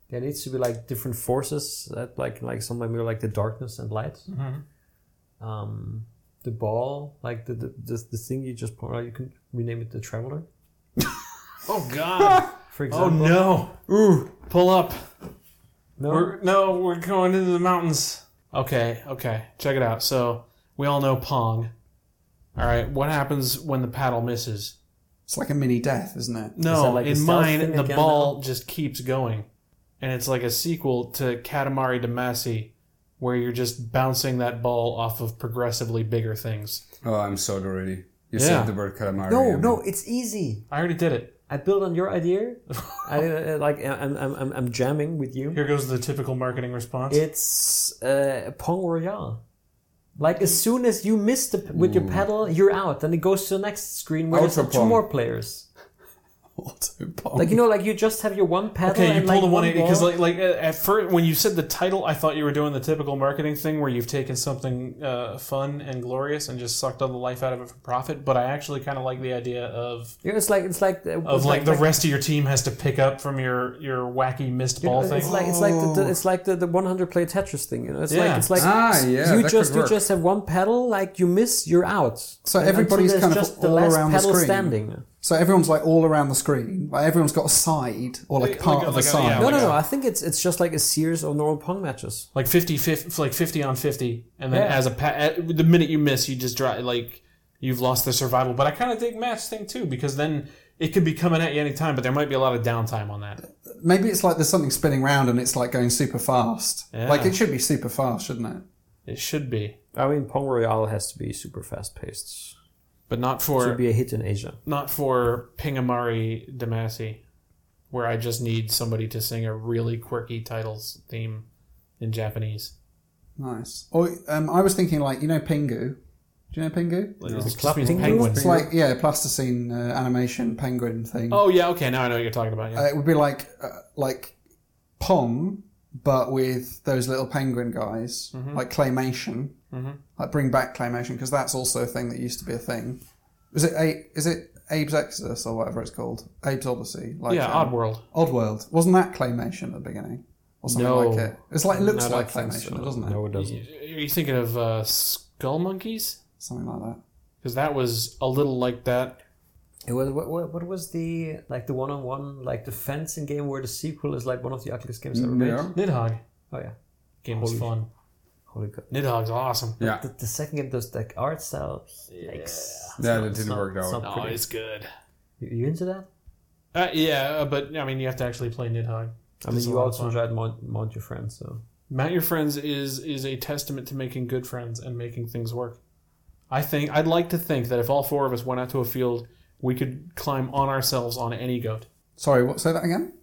Speaker 2: there needs to be like different forces that like like some maybe like the darkness and light.
Speaker 4: Mm-hmm.
Speaker 2: Um, the ball, like the the, the, the thing you just point out, you can rename it the traveler.
Speaker 4: Oh god.
Speaker 3: *laughs*
Speaker 2: For
Speaker 4: oh
Speaker 2: example.
Speaker 4: no. Ooh. Pull up.
Speaker 2: no.
Speaker 4: We're no, we're going into the mountains. Okay, okay. Check it out. So we all know Pong. Alright, what happens when the paddle misses?
Speaker 3: It's like a mini death, isn't it? *laughs*
Speaker 2: Is
Speaker 4: No,
Speaker 2: that like a
Speaker 4: in
Speaker 2: stealth
Speaker 4: mine
Speaker 2: thing
Speaker 4: the
Speaker 2: again
Speaker 4: ball just keeps going, and it's like a sequel to Katamari Damacy, where you're just bouncing that ball off of progressively bigger things.
Speaker 5: Oh, I'm sold already.
Speaker 4: Yeah.
Speaker 5: You said the word calamari.
Speaker 2: No,
Speaker 5: and-
Speaker 2: no, it's easy.
Speaker 4: I already did it.
Speaker 2: I build on your
Speaker 4: *laughs*
Speaker 2: idea. I uh, like I'm, I'm, I'm, I'm jamming with you.
Speaker 4: Here goes the typical marketing response.
Speaker 2: It's uh, Pong Royale. Like as soon as you miss the with your pedal, you're out. Then it goes to the next screen where there's
Speaker 5: Ultra
Speaker 2: two
Speaker 5: Pong.
Speaker 2: more players.
Speaker 3: Autobomb.
Speaker 2: Like you know, like you just have your one pedal.
Speaker 4: Okay, you
Speaker 2: and,
Speaker 4: pulled a
Speaker 2: like,
Speaker 4: 180 because,
Speaker 2: ball.
Speaker 4: like, like uh, at first when you said the title, I thought you were doing the typical marketing thing where you've taken something uh, fun and glorious and just sucked all the life out of it for profit. But I actually kind of like the idea of
Speaker 2: Yeah, it's like it's like the-
Speaker 4: of
Speaker 2: it's
Speaker 4: like, the rest of your team has to pick up from your your wacky missed
Speaker 2: you know,
Speaker 4: ball
Speaker 2: it's
Speaker 4: thing.
Speaker 2: like it's like the, the- it's like the, the 100 play Tetris thing. You know, it's like
Speaker 4: Yeah.
Speaker 2: it's like
Speaker 5: Ah, yeah,
Speaker 2: you
Speaker 5: that
Speaker 2: just
Speaker 5: could
Speaker 2: you
Speaker 5: work.
Speaker 2: just have one pedal. Like you miss, you're out.
Speaker 3: So
Speaker 2: And until
Speaker 3: everybody's
Speaker 2: there's
Speaker 3: kind of
Speaker 2: just the
Speaker 3: all
Speaker 2: last
Speaker 3: around the
Speaker 2: pedal
Speaker 3: screen.
Speaker 2: standing.
Speaker 3: So everyone's like all around the screen. Like everyone's got a side or like
Speaker 4: Like a-
Speaker 3: part of
Speaker 4: like
Speaker 3: a
Speaker 4: a-
Speaker 3: side.
Speaker 4: yeah,
Speaker 2: No,
Speaker 4: like
Speaker 2: no,
Speaker 4: a-
Speaker 2: no. I think it's it's just like a series of normal pong matches.
Speaker 4: like 50, 50 like 50 on 50 and then
Speaker 2: Yeah.
Speaker 4: as a pa- at, the minute you miss you just dry like you've lost the survival but i kind of dig match thing too because then it could be coming at you anytime but there might be a lot of downtime on that
Speaker 3: Maybe it's like there's something spinning round and it's like going super fast.
Speaker 4: Yeah.
Speaker 3: Like it should be super fast, shouldn't it?
Speaker 4: it should be
Speaker 2: I mean, Pong Royale has to be super fast paced.
Speaker 4: but not
Speaker 2: Should
Speaker 4: for
Speaker 2: be a hit in Asia.
Speaker 4: not for pingamari damasi where i just need somebody to sing a really quirky titles theme in japanese
Speaker 3: Nice. Or um, I was thinking like you know Pingu. Do you know Pingu?
Speaker 4: Like, it just
Speaker 2: club
Speaker 4: means
Speaker 2: thing?
Speaker 4: penguin.
Speaker 3: It's like yeah, plasticine uh, animation penguin thing.
Speaker 4: oh yeah okay now i know what you're talking about yeah.
Speaker 3: Uh, it would be like uh, like Pong, but with those little penguin guys,
Speaker 4: Mm-hmm.
Speaker 3: like claymation. Like bring back claymation because that's also a thing that used to be a thing. Was it a- is it Abe's Exodus or whatever it's called? Abe's Odyssey. Like
Speaker 4: yeah
Speaker 3: um,
Speaker 4: oddworld
Speaker 3: Oddworld. Wasn't that claymation at the beginning or something
Speaker 4: No.
Speaker 3: like it? It's like it looks
Speaker 4: Not
Speaker 3: like
Speaker 4: like that,
Speaker 3: claymation,
Speaker 4: so-
Speaker 3: doesn't it?
Speaker 2: No, it doesn't.
Speaker 4: are you thinking of uh, skull monkeys
Speaker 3: Something like that.
Speaker 4: because that was a little like that.
Speaker 2: It was what, what, what was the like the one on one like the fencing game where the sequel is like one of the ugliest games ever made.
Speaker 5: Yeah.
Speaker 4: Nidhogg
Speaker 2: Oh yeah,
Speaker 4: game was
Speaker 2: Holy
Speaker 4: fun.
Speaker 2: holy god.
Speaker 4: Nidhogg's awesome.
Speaker 5: Yeah.
Speaker 2: The, the second game does like art style. Yikes.
Speaker 5: That
Speaker 2: It's
Speaker 5: didn't
Speaker 2: not-
Speaker 5: work
Speaker 2: it's
Speaker 5: out.
Speaker 2: not
Speaker 4: No,
Speaker 2: pretty.
Speaker 4: Oh, it's good.
Speaker 2: You you into that?
Speaker 4: Uh, yeah, uh, but I mean, you have to actually play Nidhogg.
Speaker 2: I mean,
Speaker 4: It's a
Speaker 2: you
Speaker 4: lot of
Speaker 2: also
Speaker 4: fun.
Speaker 2: enjoyed Mount, Mount Your Friend, so
Speaker 4: Mount Your Friends is is a testament to making good friends and making things work. I think I'd like to think that if all four of us went out to a field, we could climb on ourselves on any goat.
Speaker 3: Sorry, what? Say that again.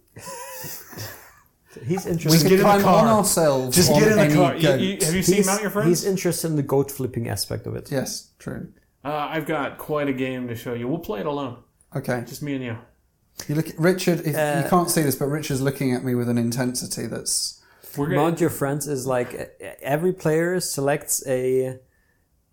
Speaker 2: he's
Speaker 3: We
Speaker 2: interested.
Speaker 3: can
Speaker 4: get in the
Speaker 3: climb on
Speaker 4: car.
Speaker 3: ourselves. on any
Speaker 4: You-
Speaker 3: goat.
Speaker 4: you- have you seen
Speaker 2: he's,
Speaker 4: Mount Your
Speaker 2: He's
Speaker 4: Friends?
Speaker 2: interested in the goat flipping aspect of it.
Speaker 3: Yes, true.
Speaker 4: Uh, I've got quite a game to show you. We'll play it alone,
Speaker 3: Okay.
Speaker 4: just me and you.
Speaker 3: You look, Richard. If,
Speaker 2: Uh,
Speaker 3: you can't see this, but Richard's looking at me with an intensity that's.
Speaker 4: We're gonna,
Speaker 2: Mount Your Friends
Speaker 4: *laughs*
Speaker 2: is like uh, every player selects a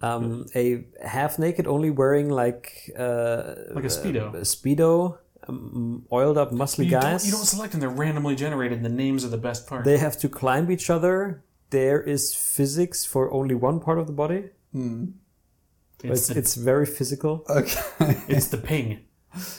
Speaker 4: Hmm.
Speaker 2: um, a half naked, only wearing like uh,
Speaker 4: like a speedo.
Speaker 2: a speedo, um, oiled up, muscly
Speaker 4: you,
Speaker 2: guys.
Speaker 4: Don't, you don't select them; they're randomly generated. The names are the best part.
Speaker 2: They have to climb each other. There is physics for only one part of the body. It's,
Speaker 4: it's, Uh, the,
Speaker 2: it's very physical.
Speaker 3: Okay.
Speaker 4: it's the ping.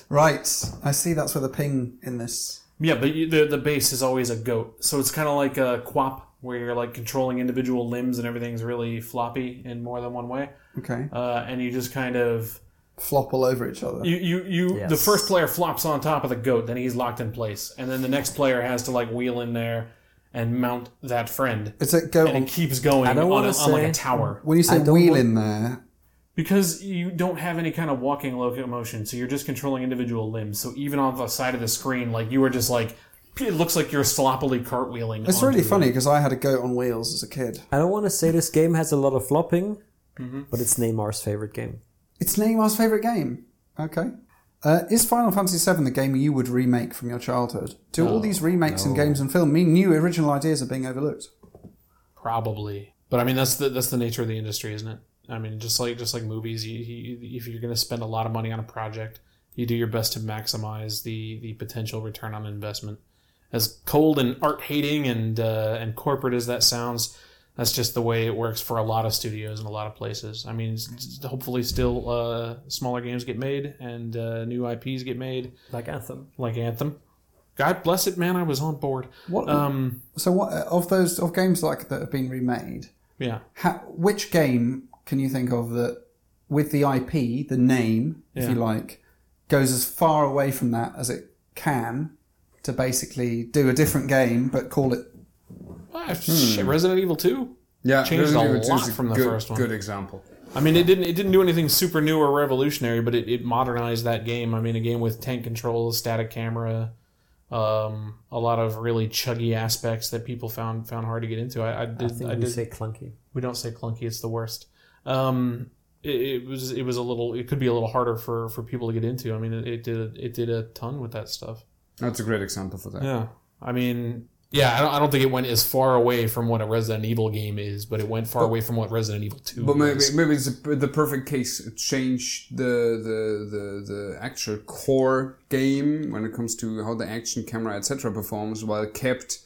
Speaker 3: right. I see that's with a ping in this.
Speaker 4: Yeah, but you, the the base is always a goat, so it's kind of like a quap where you're like controlling individual limbs and everything's really floppy in more than one way,
Speaker 3: Okay.
Speaker 4: uh, and you just kind of
Speaker 3: Flop all over each other.
Speaker 4: you you, you the
Speaker 2: Yes.
Speaker 4: first player flops on top of the goat, then he's locked in place, and then the next player has to like wheel in there and mount that friend,
Speaker 3: It's a go.
Speaker 4: and it keeps going
Speaker 2: I
Speaker 4: on,
Speaker 2: don't
Speaker 4: a,
Speaker 2: wanna
Speaker 4: on like a
Speaker 2: say-
Speaker 4: tower
Speaker 3: when you say
Speaker 2: I don't
Speaker 3: wheel
Speaker 2: want-
Speaker 3: in there,
Speaker 4: because you don't have any kind of walking locomotion, so you're just controlling individual limbs. So even on the side of the screen, like you are just like it looks like you're sloppily cartwheeling.
Speaker 3: it's really
Speaker 4: onto the-
Speaker 3: funny because I had a goat on wheels as a kid.
Speaker 2: I don't want to say this game has a lot of flopping,
Speaker 4: Mm-hmm.
Speaker 2: but it's Neymar's favorite game.
Speaker 3: It's Neymar's favorite game. Okay. Uh, is Final Fantasy VII the game you would remake from your childhood? Do all these remakes and games and film mean new original ideas are being overlooked?
Speaker 4: Probably, but I mean that's the that's the nature of the industry, isn't it? I mean, just like just like movies, you, you, if you're going to spend a lot of money on a project, you do your best to maximize the the potential return on investment. As cold and art hating and uh, and corporate as that sounds, that's just the way it works for a lot of studios and a lot of places. I mean, s- s- hopefully, still uh, smaller games get made and uh, new IPs get made,
Speaker 2: Like Anthem.
Speaker 4: like Anthem. God bless it, man! I was on board.
Speaker 3: What?
Speaker 4: Um,
Speaker 3: so what uh, of those of games like that have been remade?
Speaker 4: yeah.
Speaker 3: How, which game can you think of that, with the IP, the name, if you like, goes as far away from that as it can to basically do a different game but call it?
Speaker 4: Ah, shit, Resident Evil Two.
Speaker 5: Yeah,
Speaker 4: Changed
Speaker 5: Resident
Speaker 4: a
Speaker 5: Evil 2
Speaker 4: lot
Speaker 5: is
Speaker 4: from the
Speaker 5: good,
Speaker 4: first one.
Speaker 5: Good example.
Speaker 4: I mean, it didn't it didn't do anything super new or revolutionary, but it, it modernized that game. I mean, a game with tank control, static camera, um, a lot of really chuggy aspects that people found found hard to get into. I, I
Speaker 2: I
Speaker 4: did.
Speaker 2: think
Speaker 4: I
Speaker 2: we
Speaker 4: did.
Speaker 2: say clunky.
Speaker 4: we don't say clunky; it's the worst. Um, it, it was it was a little it could be a little harder for for people to get into. I mean, it, it did it did a ton with that stuff.
Speaker 5: That's a great example for that.
Speaker 4: Yeah, I mean, yeah, I don't, I don't think it went as far away from what a Resident Evil game is, but it went far away from what Resident Evil Two.
Speaker 5: But maybe
Speaker 4: was.
Speaker 5: maybe it's a, the perfect case. Change the, the the the actual core game when it comes to how the action camera etc. performs, while kept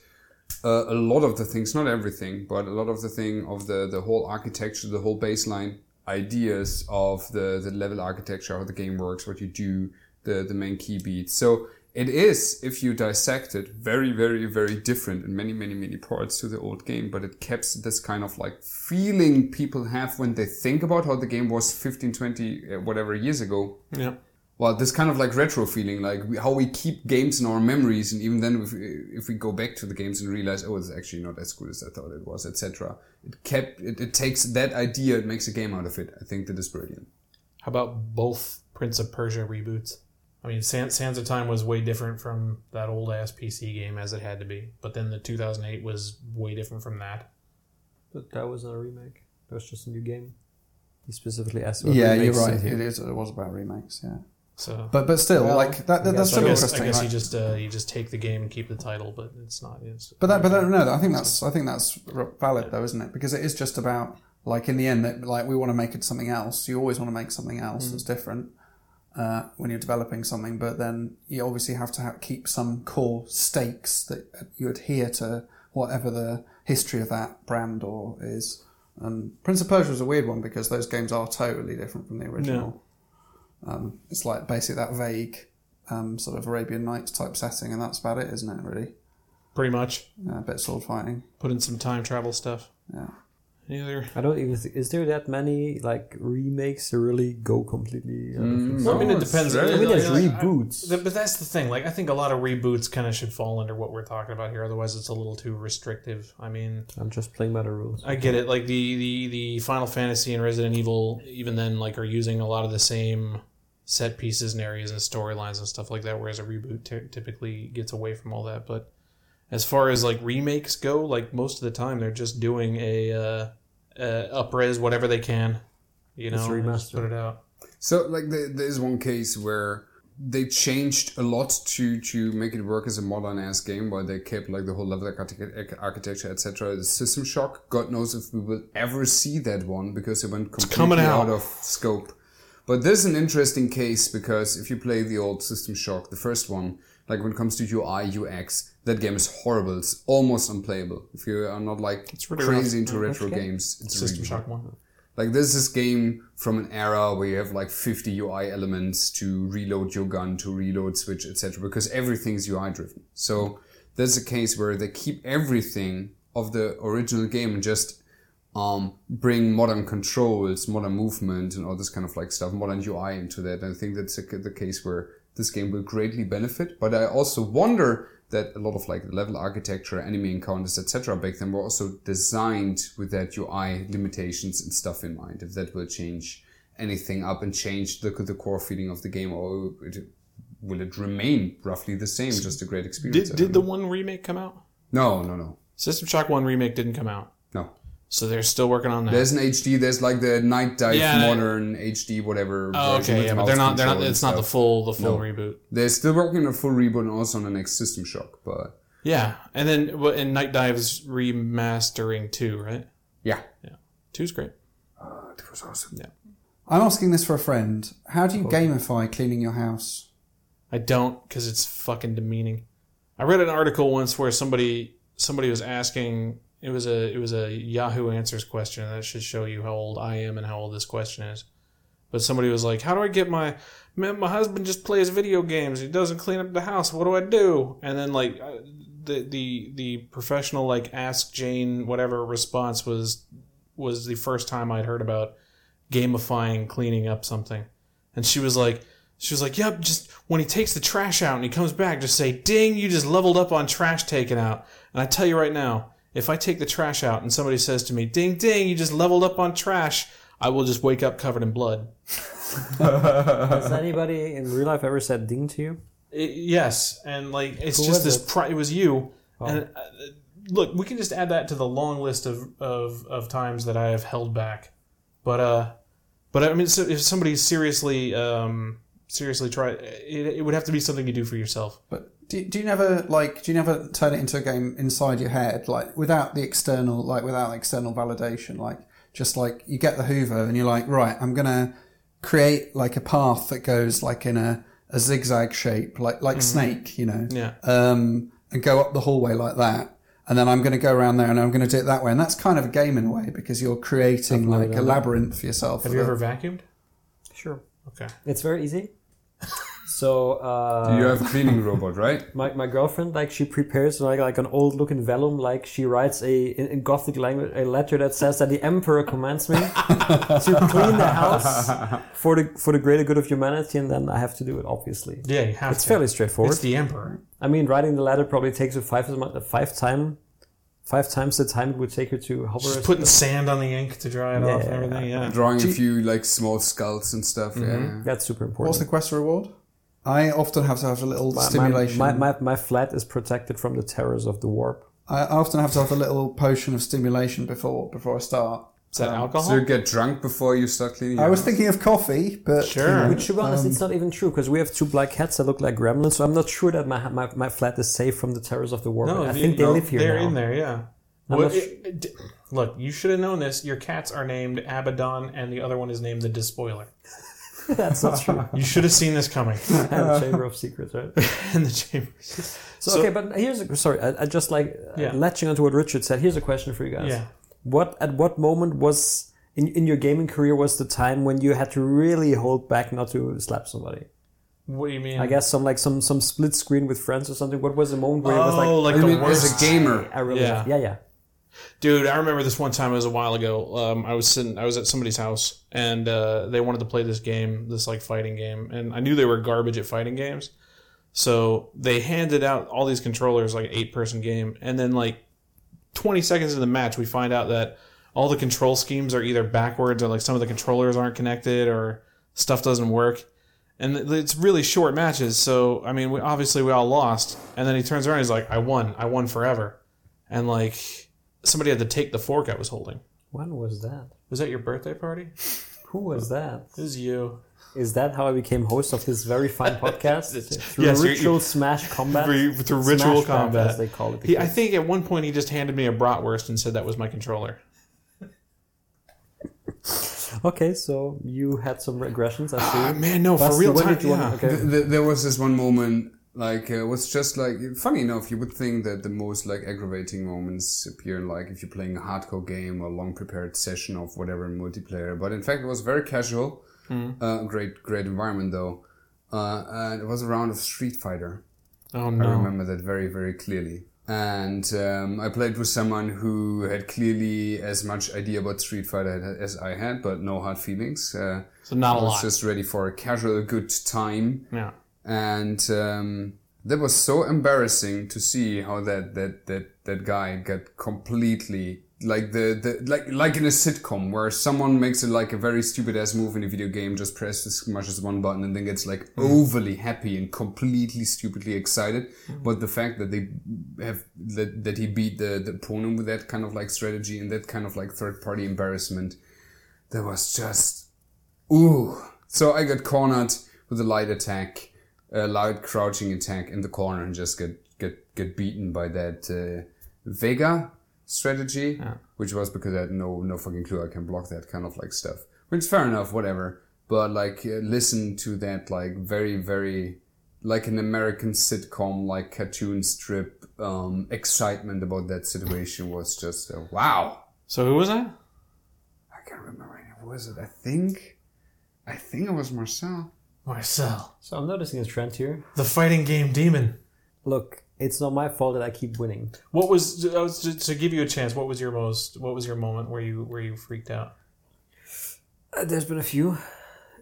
Speaker 5: uh, a lot of the things, not everything, but a lot of the thing of the the whole architecture, the whole baseline ideas of the the level architecture, how the game works, what you do, the the main key beats. So. It is, if you dissect it, very, very, very different in many, many, many parts to the old game, but it keeps this kind of like feeling people have when they think about how the game was 15, 20, uh, whatever years ago.
Speaker 4: yeah.
Speaker 5: Well, this kind of like retro feeling, like we, how we keep games in our memories, and even then, if, if we go back to the games and realize, oh, it's actually not as good as I thought it was, etc. It kept, it, it takes that idea, it makes a game out of it. I think that is brilliant.
Speaker 4: How about both Prince of Persia reboots? I mean, Sans, Sands of Time was way different from that old ass PC game as it had to be, but then the 2008 was way different from that.
Speaker 2: But that was not a remake. That was just a new game. He specifically asked. about
Speaker 3: Yeah, you're
Speaker 2: remakes
Speaker 3: right.
Speaker 2: in here.
Speaker 3: It is. It was about remakes. Yeah,
Speaker 4: So
Speaker 3: but but still,
Speaker 2: Well,
Speaker 3: like that,
Speaker 2: I
Speaker 3: that, that's
Speaker 2: guess-
Speaker 4: I
Speaker 3: still
Speaker 4: guess,
Speaker 3: interesting.
Speaker 4: I guess you
Speaker 3: like-
Speaker 4: just uh, you just take the game and keep the title, but it's not. It's,
Speaker 3: But that, but I don't know. I think that's I think that's r- valid though, isn't it? Because it is just about like in the end, that, like we want to make it something else. You always want to make something else that's different uh, when you're developing something. But then you obviously have to ha keep some core stakes that you adhere to, whatever the history of that brand or is. And Prince of Persia is a weird one because those games are totally different from the original. Um, it's like basically that vague um, sort of Arabian Nights type setting, and that's about it, isn't it? Really,
Speaker 4: pretty much
Speaker 3: uh, a bit of sword fighting.
Speaker 4: put in some time travel stuff.
Speaker 3: Yeah.
Speaker 4: Any other?
Speaker 2: I don't even. Th- is there that many like remakes that really go completely? out of this?
Speaker 4: I mean, it depends.
Speaker 2: I mean, there's
Speaker 4: Yeah, I-
Speaker 2: reboots.
Speaker 4: Th- But that's the thing. Like, I think a lot of reboots kind of should fall under what we're talking about here. Otherwise, it's a little too restrictive. I mean,
Speaker 2: I'm just playing by the rules.
Speaker 4: I get it. Like the the the Final Fantasy and Resident Evil, even then, like are using a lot of the same set pieces and areas and storylines and stuff like that. Whereas a reboot ty- typically gets away from all that. But as far as like remakes go, like most of the time they're just doing a uh, uh, upres whatever they can, you know,
Speaker 2: It's a
Speaker 4: and just
Speaker 2: remaster.
Speaker 4: put it out.
Speaker 5: So like there, there's one case where they changed a lot to to make it work as a modern ass game while they kept like the whole level architect- architecture etc the system shock god knows if we will ever see that one because it went completely
Speaker 4: coming out.
Speaker 5: out of scope but this is an interesting case because if you play the old System Shock, the first one, like when it comes to UI, UX, that game is horrible. It's almost unplayable. If you are not like
Speaker 4: really
Speaker 5: crazy into retro games, it's
Speaker 4: System
Speaker 5: really
Speaker 4: Shock one.
Speaker 5: like there's this game from an era where you have like 50 UI elements to reload your gun, to reload switch, etc. Because everything's UI driven. So there's a case where they keep everything of the original game and just um, bring modern controls, modern movement, and all this kind of like stuff, modern UI into that. And I think that's a, the case where this game will greatly benefit. But I also wonder that a lot of like level architecture, enemy encounters, etc., back then were also designed with that UI limitations and stuff in mind. If that will change anything up and change the the core feeling of the game, or it, will it remain roughly the same? Just a great experience.
Speaker 4: Did
Speaker 5: I
Speaker 4: did the
Speaker 5: don't know.
Speaker 4: one remake come out?
Speaker 5: no no no
Speaker 4: System Shock one remake didn't come out,
Speaker 5: no.
Speaker 4: so they're still working on that.
Speaker 5: There's an HD. There's like the night dive
Speaker 4: Yeah, and I-
Speaker 5: modern HD whatever.
Speaker 4: Oh,
Speaker 5: version
Speaker 4: okay,
Speaker 5: with
Speaker 4: yeah, but
Speaker 5: mouse
Speaker 4: they're not. They're not.
Speaker 5: control and
Speaker 4: It's not the
Speaker 5: stuff.
Speaker 4: full the full
Speaker 5: No.
Speaker 4: reboot.
Speaker 5: They're still working on a full reboot and also on the next System Shock. But
Speaker 4: Yeah, and then well, and Night Dive's remastering two, right?
Speaker 5: yeah,
Speaker 4: Two's great.
Speaker 3: Oh,
Speaker 5: it was awesome.
Speaker 3: I'm asking this for a friend. How do you gamify cleaning your house?
Speaker 4: I don't because it's fucking demeaning. I read an article once where somebody somebody was asking it was a it was a Yahoo Answers question and that should show you how old I am and how old this question is. But somebody was like, "How do I get my man? My husband just plays video games. He doesn't clean up the house. What do I do?" And then like uh, the the the professional like ask Jane whatever response was was the first time I'd heard about gamifying cleaning up something. And she was like, she was like, yep, just when he takes the trash out and he comes back, just say, ding, you just leveled up on trash taken out. And I tell you right now, if I take the trash out and somebody says to me, ding, ding, you just leveled up on trash, I will just wake up covered in blood.
Speaker 2: Has anybody in real life ever said "ding" to you?
Speaker 4: It, yes, and like it's
Speaker 2: Who
Speaker 4: just
Speaker 2: was Oh.
Speaker 4: this. Pri- it was you. And uh, look, we can just add that to the long list of, of of times that I have held back. But uh, But I mean, so if somebody's seriously, um, seriously try, it, it would have to be something you do for yourself.
Speaker 3: But do, do you never like? Do you never turn it into a game inside your head, like without the external, like without external validation, like just like you get the Hoover and you're like, right, I'm gonna create like a path that goes like in a, a zigzag shape, like like snake, you know,
Speaker 4: Mm-hmm. Yeah.
Speaker 3: um, and go up the hallway like that. And then I'm going to go around there, and I'm going to do it that way, and that's kind of a game in a way because you're creating like a labyrinth for yourself.
Speaker 4: Have you ever vacuumed?
Speaker 2: Sure.
Speaker 4: Okay.
Speaker 2: It's very easy. so uh,
Speaker 5: you have a cleaning *laughs* robot, right?
Speaker 2: my, my girlfriend like she prepares like like an old looking vellum like she writes a in, in gothic language a letter that says that the emperor commands *laughs* me to clean the house for the for the greater good of humanity and then i have to do it obviously
Speaker 4: Yeah, you have
Speaker 2: it's
Speaker 4: to.
Speaker 2: fairly straightforward
Speaker 4: It's the emperor.
Speaker 2: i mean writing the letter probably takes you five as mu- five time five times the time it would take you to hover
Speaker 4: Just putting sand on the ink to dry it off and
Speaker 2: Yeah.
Speaker 4: everything. Yeah.
Speaker 5: Drawing a few like small skulls and stuff.
Speaker 4: Mm-hmm.
Speaker 5: Yeah.
Speaker 2: that's super important
Speaker 3: What's the quest reward? I often have to have a little
Speaker 2: My- my-
Speaker 3: stimulation.
Speaker 2: My, my, my flat is protected from the terrors of the warp
Speaker 3: I often have to have a little potion of stimulation before before I start.
Speaker 4: Is that alcohol?
Speaker 5: So you get drunk before you start cleaning.
Speaker 3: I
Speaker 5: your
Speaker 3: was
Speaker 5: house.
Speaker 3: thinking of coffee, but um,
Speaker 4: Sure.
Speaker 2: Which, to be honest, it's
Speaker 4: Um,
Speaker 2: not even true because we have two black cats that look like gremlins. So I'm not sure that my my, my flat is safe from the terrors of the war.
Speaker 4: no,
Speaker 2: I
Speaker 4: you-
Speaker 2: think they
Speaker 4: no,
Speaker 2: live here
Speaker 4: They're
Speaker 2: now.
Speaker 4: in there. Yeah.
Speaker 2: I'm
Speaker 4: Well,
Speaker 2: not su-
Speaker 4: it- d- look, you should have known this. Your cats are named Abaddon, and the other one is named the Despoiler.
Speaker 2: *laughs* That's not
Speaker 4: *laughs*
Speaker 2: true.
Speaker 4: You should have seen this coming. *laughs*
Speaker 2: And the Chamber of Secrets, right? So,
Speaker 4: in the chambers.
Speaker 2: okay, but here's a, sorry. I, I just like uh,
Speaker 4: Yeah.
Speaker 2: latching onto what Richard said. Here's a question for you guys.
Speaker 4: Yeah.
Speaker 2: What at what moment was in, in your gaming career was the time when you had to really hold back not to slap somebody?
Speaker 4: What do you mean?
Speaker 2: I guess some like some some split screen with friends or something. What was the moment where it was
Speaker 4: oh,
Speaker 2: like,
Speaker 4: like,
Speaker 5: I
Speaker 4: the
Speaker 5: mean,
Speaker 4: worst.
Speaker 5: as a gamer,
Speaker 2: I really
Speaker 4: Yeah.
Speaker 2: yeah yeah.
Speaker 4: Dude, I remember this one time. It was a while ago. Um, I was sitting. I was at somebody's house, and uh, they wanted to play this game, this like fighting game, and I knew they were garbage at fighting games. So they handed out all these controllers, like eight person game, and then like twenty seconds into the match, we find out that all the control schemes are either backwards or like some of the controllers aren't connected or stuff doesn't work. And th- it's really short matches, so I mean, we, obviously we all lost. And then he turns around, he's like, "I won, I won forever," and like somebody had to take the fork I was holding.
Speaker 2: When was that?
Speaker 4: Was that your birthday party?
Speaker 2: Who was that?
Speaker 4: It was you.
Speaker 2: Is that how I became host of this very
Speaker 4: *laughs*
Speaker 2: fine podcast? Through
Speaker 4: yes, you're-
Speaker 2: ritual
Speaker 4: you-
Speaker 2: smash combat.
Speaker 4: Through, through ritual
Speaker 2: Smash Bros,
Speaker 4: combat.
Speaker 2: as they call it.
Speaker 4: He, I think at one point he just handed me a bratwurst and said that was my controller.
Speaker 2: okay, so you had some regressions. I
Speaker 4: Ah,
Speaker 2: see.
Speaker 4: man, no,
Speaker 2: Basti,
Speaker 4: for real
Speaker 2: when
Speaker 4: time.
Speaker 2: did you want-
Speaker 4: yeah.
Speaker 2: okay.
Speaker 5: Th- th- there was this one moment like uh, was just like funny enough you would think that the most like aggravating moments appear in like if you're playing a hardcore game or a long prepared session of whatever in multiplayer but in fact it was very casual
Speaker 4: Hmm.
Speaker 5: uh, great great environment though uh, and it was a round of street fighter
Speaker 4: Oh
Speaker 5: I
Speaker 4: no.
Speaker 5: remember that very, very clearly. And um, I played with someone who had clearly as much idea about Street Fighter as I had, but no hard feelings. Uh,
Speaker 4: So not a
Speaker 5: I was
Speaker 4: lot. Hmm.
Speaker 5: just ready for a casual, good time.
Speaker 4: Yeah.
Speaker 5: And um, that was so embarrassing to see how that that that that guy got completely like the, the like like in a sitcom where someone makes it like a very stupid ass move in a video game, just press as much as one button, and then gets like overly happy and completely stupidly excited. But the fact that they have that that he beat the the opponent with that kind of like strategy and that kind of like third party embarrassment, that was just Ooh. So I got cornered with a light attack, a light crouching attack in the corner, and just get get get beaten by that uh, Vega strategy, which was because I had no no fucking clue I can block that kind of like stuff. Which fair enough, whatever. But like, uh, listen to that like very very like an American sitcom like cartoon strip um, excitement about that situation was just uh, wow.
Speaker 4: So who was that?
Speaker 5: I can't remember. Who was it? I think. I think it was Marcel.
Speaker 4: Marcel,
Speaker 2: So I'm noticing a trend here.
Speaker 4: the fighting game demon.
Speaker 2: Look, it's not my fault that I keep winning.
Speaker 4: What was uh, I was- to, to give you a chance? What was your most? What was your moment where you where you freaked out?
Speaker 2: Uh, there's been a few.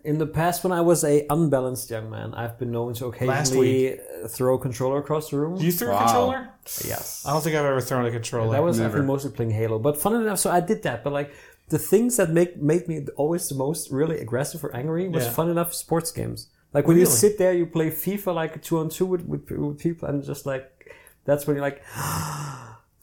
Speaker 2: In the past, when I was a unbalanced young man, I've been known to occasionally uh, throw a controller across the room.
Speaker 4: You threw a
Speaker 5: Wow.
Speaker 4: controller?
Speaker 2: yes.
Speaker 4: I don't think I've ever thrown a controller.
Speaker 2: That was I
Speaker 5: Never.
Speaker 2: think mostly playing Halo. But funnily enough, so I did that. But like the things that make made me always the most really aggressive or angry was
Speaker 4: Yeah.
Speaker 2: fun enough sports games. Like when you
Speaker 4: Really?
Speaker 2: sit there, you play FIFA like two on two with, with, with people, and just like that's when you're like, *gasps*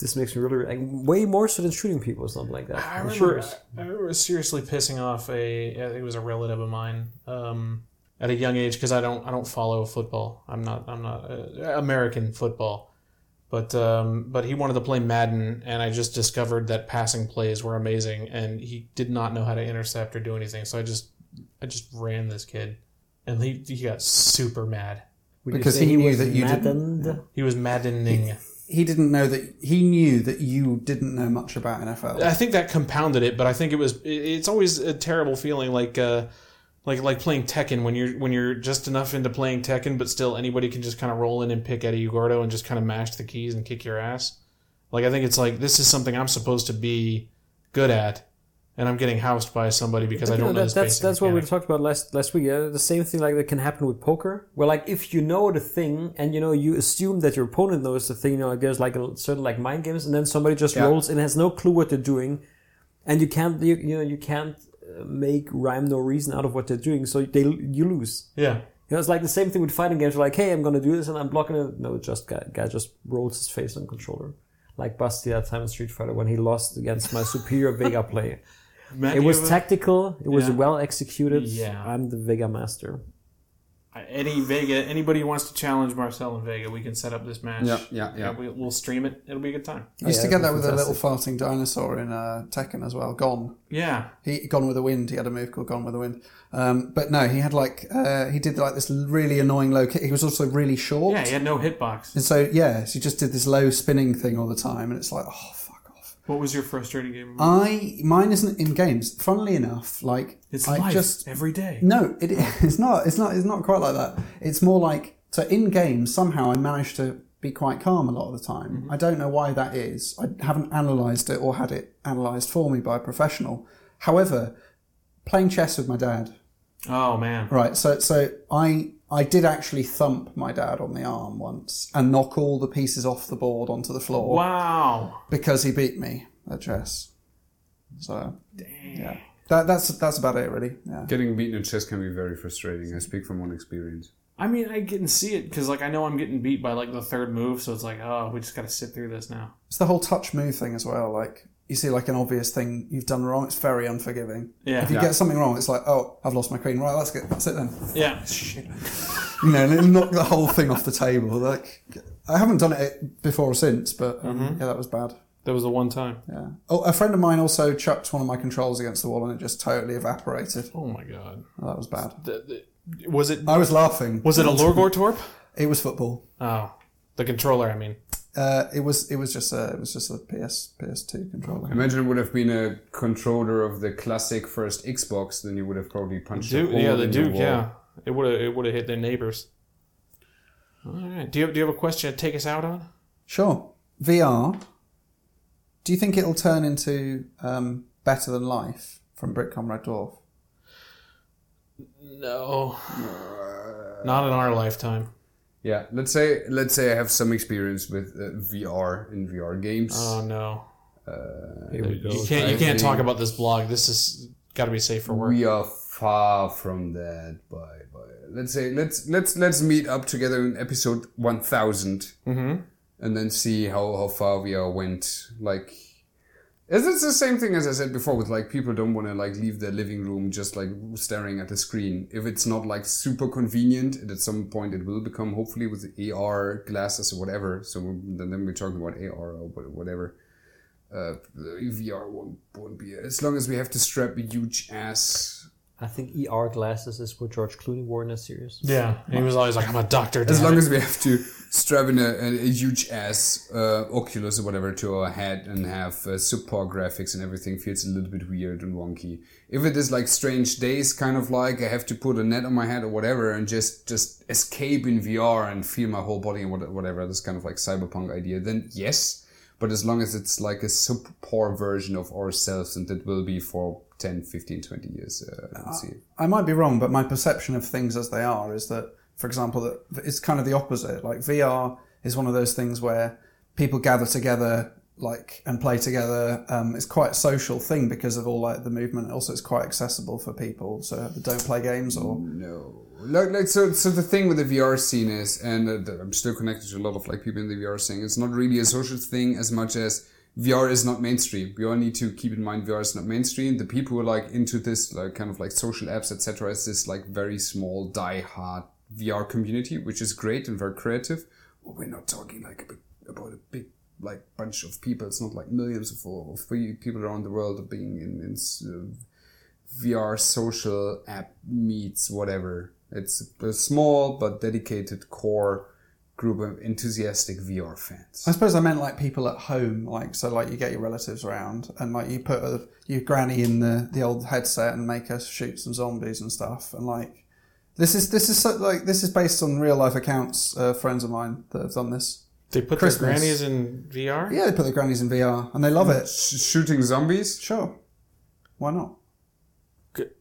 Speaker 2: This makes me really like, way more so than shooting people or something like that.
Speaker 4: I
Speaker 2: I'm sure.
Speaker 4: remember, I remember seriously pissing off a I think it was a relative of mine um, at a young age because I don't I don't follow football. I'm not I'm not uh, American football, but um, but he wanted to play Madden, and I just discovered that passing plays were amazing, and he did not know how to intercept or do anything. So I just I just ran this kid, and he he got super mad.
Speaker 2: Would you
Speaker 3: Because
Speaker 2: say
Speaker 3: he knew
Speaker 2: was
Speaker 3: that you didn't-
Speaker 2: maddened?
Speaker 4: He was maddening.
Speaker 3: He didn't know that he knew that you didn't know much about NFL.
Speaker 4: I think that compounded it, but I think it was. it- It's always a terrible feeling, like uh, like like playing Tekken when you're when you're just enough into playing Tekken, but still anybody can just kind of roll in and pick Eddie Gordo and just kind of mash the keys and kick your ass. Like I think it's like this is something I'm supposed to be good at, and I'm getting housed by somebody because I
Speaker 2: But, you
Speaker 4: don't know,
Speaker 2: that-
Speaker 4: this
Speaker 2: that's
Speaker 4: basic
Speaker 2: that's what we
Speaker 4: mechanic.
Speaker 2: talked about last last week. Yeah? The same thing like that can happen with poker, where like if you know the thing and you know you assume that your opponent knows the thing, you know there's like a certain like mind games, and then somebody just
Speaker 3: Yeah.
Speaker 2: rolls and has no clue what they're doing, and you can't you, you know you can't uh, make rhyme no reason out of what they're doing, so they you lose.
Speaker 4: yeah.
Speaker 2: You know, it's like the same thing with fighting games. Like, hey, I'm gonna do this, and I'm blocking it. No, just guy, guy just rolls his face on controller, like Basti that time in Street Fighter when he lost against my *laughs* superior Vega player.
Speaker 4: Matt,
Speaker 2: It
Speaker 4: you
Speaker 2: was
Speaker 4: have a-
Speaker 2: tactical. It was
Speaker 4: Yeah.
Speaker 2: well executed.
Speaker 4: Yeah.
Speaker 2: I'm the Vega master.
Speaker 4: Eddie Vega. Anybody who wants to challenge Marcel and Vega, we can set up this match.
Speaker 5: Yeah, yeah, yeah.
Speaker 4: And we, we'll stream it. It'll be a good time.
Speaker 3: I used
Speaker 2: Yeah,
Speaker 3: to get
Speaker 2: that'd
Speaker 3: that
Speaker 2: be
Speaker 3: with a little farting dinosaur in uh, Tekken as well. Gone.
Speaker 4: Yeah,
Speaker 3: He Gone with the Wind. He had a move called Gone with the Wind. Um, but no, he had like uh, he did like this really annoying low kick. He was also really short.
Speaker 4: yeah. He had no hitbox.
Speaker 3: And so yeah, so he just did this low spinning thing all the time, and it's like oh fuck off.
Speaker 4: What was your frustrating
Speaker 3: Um,
Speaker 4: game?
Speaker 3: I mine isn't in games. Funnily enough, like
Speaker 4: It's
Speaker 3: I
Speaker 4: life
Speaker 3: just
Speaker 4: every day.
Speaker 3: no, it, *laughs* it's not. It's not. It's not quite like that. It's more like so in games somehow I manage to be quite calm a lot of the time. I don't know why that is. I haven't analysed it or had it analysed for me by a professional. However, playing chess with my dad
Speaker 4: Oh man.
Speaker 3: Right. So so I I did actually thump my dad on the arm once and knock all the pieces off the board onto the floor
Speaker 4: Wow.
Speaker 3: because he beat me at chess. So yeah, that, that's that's about it really. Yeah.
Speaker 5: Getting beaten at chess can be very frustrating. I speak from one experience.
Speaker 4: I mean, I can see it because, like, I know I'm getting beat by like the third move, so it's like, oh, we just got to sit through this now.
Speaker 3: It's the whole touch move thing as well. Like you see like an obvious thing you've done wrong. It's very unforgiving.
Speaker 4: Yeah.
Speaker 3: If you
Speaker 4: Yeah.
Speaker 3: get something wrong, it's like oh I've lost my queen. Right. That's good. That's it then.
Speaker 4: Yeah. Shit.
Speaker 3: You know, and it'll knock the whole thing off the table. Like I haven't done it before or since, but um,
Speaker 4: Mm-hmm.
Speaker 3: yeah, that was bad.
Speaker 4: That was the one time.
Speaker 3: Yeah. Oh, a friend of mine also chucked one of my controls against the wall and it just totally evaporated.
Speaker 4: Oh my god.
Speaker 3: Oh, That was bad.
Speaker 4: The- the- was it
Speaker 3: I was laughing.
Speaker 4: was it a
Speaker 3: *laughs*
Speaker 4: Lorgor Torp?
Speaker 3: It was football.
Speaker 4: Oh, the controller. I mean,
Speaker 3: Uh, it was. It was just a. It was just a PS PS2 controller.
Speaker 5: Imagine it would have been a controller of the classic first Xbox, then you would have probably punched a
Speaker 4: Duke.
Speaker 5: hole
Speaker 4: Yeah, the
Speaker 5: in
Speaker 4: Duke.
Speaker 5: wall.
Speaker 4: yeah, it would have it would have hit their neighbors. All right. Do you have, do you have a question to take us out on?
Speaker 3: Sure. VR. Do you think it'll turn into um, Better Than Life from Britcom Red Dwarf?
Speaker 4: No. Not in our lifetime.
Speaker 5: Yeah, let's say let's say I have some experience with uh, VR and VR games.
Speaker 4: Oh no.
Speaker 2: Here we go.
Speaker 4: uh, You can't you
Speaker 5: I
Speaker 4: can't talk
Speaker 5: think-
Speaker 4: about this blog. This is got to be safe for work.
Speaker 5: we are far from that. By by, let's say let's let's let's meet up together in episode one and then see how how far we are went. Like, is it's the same thing as I said before with like people don't want to like leave their living room just like staring at the screen. If it's not like super convenient, and at some point it will become hopefully with AR glasses or whatever. So then then we're talking about AR or wha- whatever. Uh, VR won't, won't be as long as we have to strap a huge ass.
Speaker 2: I think ER glasses is what George Clooney wore in that series.
Speaker 4: Yeah, and he was always like, "I'm a doctor."
Speaker 5: As
Speaker 4: damn
Speaker 5: long
Speaker 4: it."
Speaker 5: as we have to strap in a, a, a huge ass uh, Oculus or whatever to our head and have uh, super graphics and everything feels a little bit weird and wonky. If it is like strange days, kind of like I have to put a net on my head or whatever and just just escape in VR and feel my whole body and what- whatever, this kind of like cyberpunk idea, then yes. But as long as it's like a super poor version of ourselves and that will be for 10, 15, 20 years, uh, I don't see it.
Speaker 3: I might be wrong, but my perception of things as they are is that, for example, that it's kind of the opposite. Like VR is one of those things where people gather together like and play together. Um, it's quite a social thing because of all like the movement. Also, it's quite accessible for people so that don't play games or
Speaker 5: No. Like, like so, so the thing with the VR scene is, and uh, that I'm still connected to a lot of like people in the VR scene. It's not really a social thing as much as VR is not mainstream. We all need to keep in mind VR is not mainstream. The people who are like into this, like kind of like social apps, etc., is this like very small, die-hard VR community, which is great and very creative. But we're not talking like a big, about a big like bunch of people. It's not like millions of, of people around the world are being in, in uh, VR social app meets whatever. It's a small but dedicated core group of enthusiastic VR fans.
Speaker 3: I suppose I meant like people at home, like so, like you get your relatives around, and like you put a, your granny in the, the old headset and make her shoot some zombies and stuff, and like this is this is so, like this is based on real life accounts, uh, friends of mine that have done this.
Speaker 4: They put
Speaker 3: Christmas.
Speaker 4: their grannies in VR.
Speaker 3: Yeah, they put their grannies in VR and they love it.
Speaker 5: Sh- shooting zombies?
Speaker 3: Sure, why not?
Speaker 4: Good.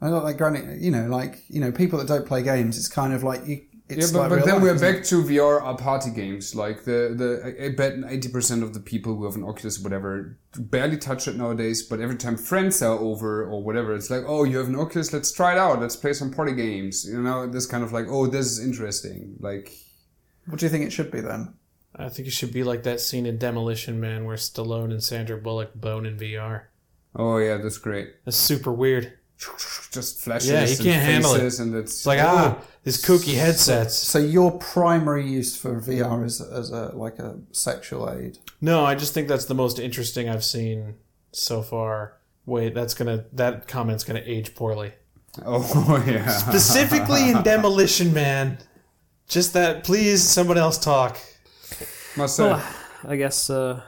Speaker 3: I don't like granny, you know, like you know, people that don't play games. It's kind of like you. It's
Speaker 5: yeah, but,
Speaker 3: like
Speaker 5: but
Speaker 3: real
Speaker 5: then
Speaker 3: life,
Speaker 5: we're
Speaker 3: isn't it?
Speaker 5: back to VR are party games. Like the the I- I bet ninety percent of the people who have an Oculus or whatever barely touch it nowadays. But every time friends are over or whatever, it's like, oh, you have an Oculus, let's try it out, let's play some party games. You know, this kind of like, oh, this is interesting. Like
Speaker 3: What do you think it should be then?
Speaker 4: I think it should be like that scene in Demolition Man where Stallone and Sandra Bullock bone in VR.
Speaker 5: Oh yeah, that's great.
Speaker 4: That's super weird.
Speaker 5: Just flashes
Speaker 4: Yeah, you
Speaker 5: and
Speaker 4: can't handle it.
Speaker 5: faces, and it's
Speaker 4: It's like ah, these kooky headsets.
Speaker 3: So your primary use for VR is as a like a sexual aid.
Speaker 4: No, I just think that's the most interesting I've seen so far. Wait, that's gonna that comment's gonna age poorly.
Speaker 5: *laughs* oh yeah.
Speaker 4: Specifically in Demolition Man. Just that, please. Someone else talk.
Speaker 5: Must say,
Speaker 2: I guess uh,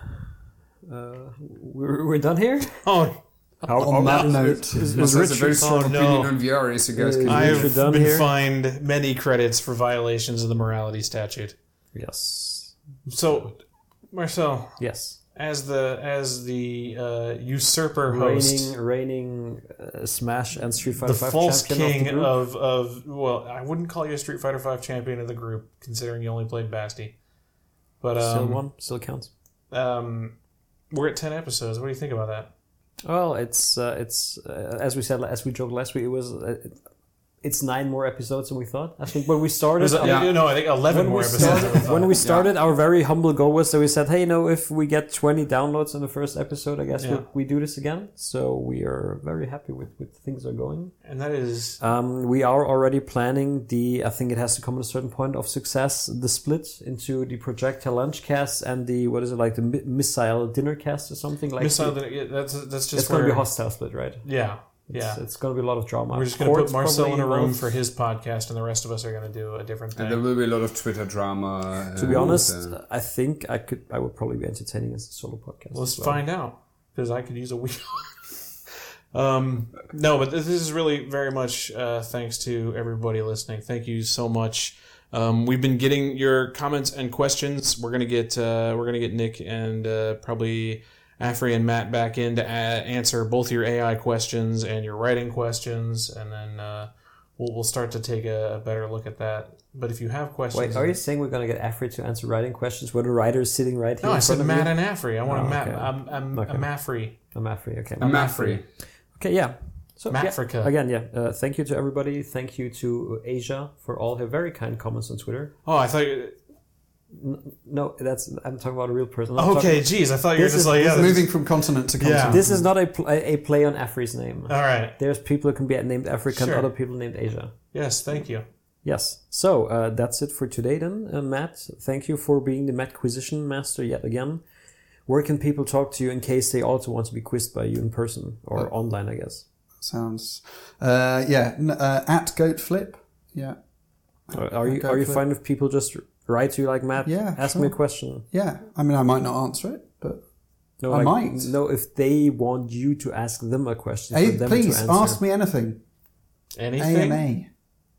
Speaker 2: uh, we're, we're done *laughs* here.
Speaker 4: Oh,
Speaker 3: on that note,
Speaker 2: Is,
Speaker 5: must
Speaker 2: is
Speaker 5: has a very
Speaker 2: Richard,
Speaker 5: strong
Speaker 4: oh, no.
Speaker 5: opinion on VR, as you guys can.
Speaker 2: Uh,
Speaker 5: hear.
Speaker 2: Richard
Speaker 4: I've
Speaker 2: done
Speaker 4: been
Speaker 2: here?
Speaker 4: fined many credits for violations of the morality statute.
Speaker 2: yes,
Speaker 4: So, Marcel,
Speaker 2: yes.
Speaker 4: as the as the uh, usurper host,
Speaker 2: Reigning, reigning, uh, Smash and Street Fighter
Speaker 4: the
Speaker 2: Five
Speaker 4: false
Speaker 2: champion of
Speaker 4: king
Speaker 2: the group.
Speaker 4: of, of well, I wouldn't call you a Street Fighter Five champion of the group, considering you only played Basti. But
Speaker 2: still
Speaker 4: um,
Speaker 2: one, still counts.
Speaker 4: um, we're at ten episodes. What do you think about that?
Speaker 2: Well, it's uh, it's uh, as we said as we joked last week. It was uh, it's nine more episodes than we thought. I think when we started,
Speaker 4: There's, yeah. No, I think eleven
Speaker 2: when
Speaker 4: more
Speaker 2: we
Speaker 4: episodes.
Speaker 2: started, when we started our very humble goal was that we said, hey, you know, if we get 20 downloads in the first episode, I guess
Speaker 4: Yeah.
Speaker 2: we, we do this again. So we are very happy with with things are going.
Speaker 4: *laughs* and that is
Speaker 2: Um, we are already planning the. I think it has to come at a certain point of success. The split into the projectile lunch cast and the what is it like the mi- missile dinner cast or something like.
Speaker 4: missile. That's that's just
Speaker 2: it's going to
Speaker 4: where-
Speaker 2: be hostile split, right?
Speaker 4: Yeah, yeah.
Speaker 2: It's, it's going to be a lot of drama.
Speaker 4: We're just going to put
Speaker 2: Court's
Speaker 4: Marcel
Speaker 2: probably
Speaker 4: in a room
Speaker 2: involved.
Speaker 4: for his podcast, and the rest of us are going to do a different
Speaker 5: And there
Speaker 4: thing.
Speaker 5: will be a lot of Twitter drama.
Speaker 2: To be
Speaker 5: and,
Speaker 2: honest,
Speaker 5: uh,
Speaker 2: I think I could. I would probably be entertaining as a solo podcast.
Speaker 4: Let's
Speaker 2: as well.
Speaker 4: find out because I could use a week. *laughs* um, no, but this is really very much uh, thanks to everybody listening. Thank you so much. Um, we've been getting your comments and questions. We're gonna get uh, we're gonna get Nick and uh, probably Afri and Matt back in to a- answer both your AI questions and your writing questions, and then uh, we'll we'll start to take a, a better look at that. But if you have
Speaker 2: Wait,
Speaker 4: questions,
Speaker 2: are you saying we're going to get Afri to answer writing questions where the writer is sitting right here?
Speaker 4: No, I
Speaker 2: in
Speaker 4: said
Speaker 2: front of
Speaker 4: Matt
Speaker 2: you?
Speaker 4: and Afri. I want
Speaker 2: Oh,
Speaker 4: a Matt.
Speaker 2: okay.
Speaker 4: I'm, I'm,
Speaker 2: Okay.
Speaker 4: a Maffrey.
Speaker 2: I'm Afri. Okay.
Speaker 5: I'm Afri.
Speaker 2: Okay. Yeah. So yeah.
Speaker 4: Mafrica.
Speaker 2: Again, yeah. Uh, thank you to everybody. Thank you to Asia for all her very kind comments on Twitter.
Speaker 4: Oh, I thought. you-
Speaker 2: No, that's I'm talking about a real person. I'm
Speaker 4: Okay,
Speaker 2: talking-
Speaker 4: geez, I thought you were
Speaker 2: This
Speaker 4: just
Speaker 2: is-
Speaker 4: like yeah. this-
Speaker 3: Moving from continent to
Speaker 4: Yeah.
Speaker 3: continent.
Speaker 2: this is not a, pl- a a play on Afri's name.
Speaker 4: All right.
Speaker 2: There's people who can be named Africa
Speaker 4: Uh, Sure.
Speaker 2: and other people named Asia.
Speaker 4: Yes, thank you.
Speaker 2: Yes. So uh, that's it for today then, uh, Matt. Thank you for being the Matquisition master yet again. Where can people talk to you in case they also want to be quizzed by you in person or
Speaker 3: Oh.
Speaker 2: online, I guess?
Speaker 3: Sounds. Uh, yeah, n- uh, at goat flip. Yeah,
Speaker 2: Are are you
Speaker 3: Go
Speaker 2: are you
Speaker 3: for it.
Speaker 2: fine if people just write to you like Matt?
Speaker 3: uh, Yeah,
Speaker 2: Ask me a question.
Speaker 3: yeah. I mean, I might not answer it, but
Speaker 2: No,
Speaker 3: I
Speaker 2: like,
Speaker 3: might.
Speaker 2: No, if they want you to ask them a question, for
Speaker 3: hey,
Speaker 2: them
Speaker 3: please
Speaker 2: to answer.
Speaker 3: ask me anything.
Speaker 4: Anything?
Speaker 3: AMA.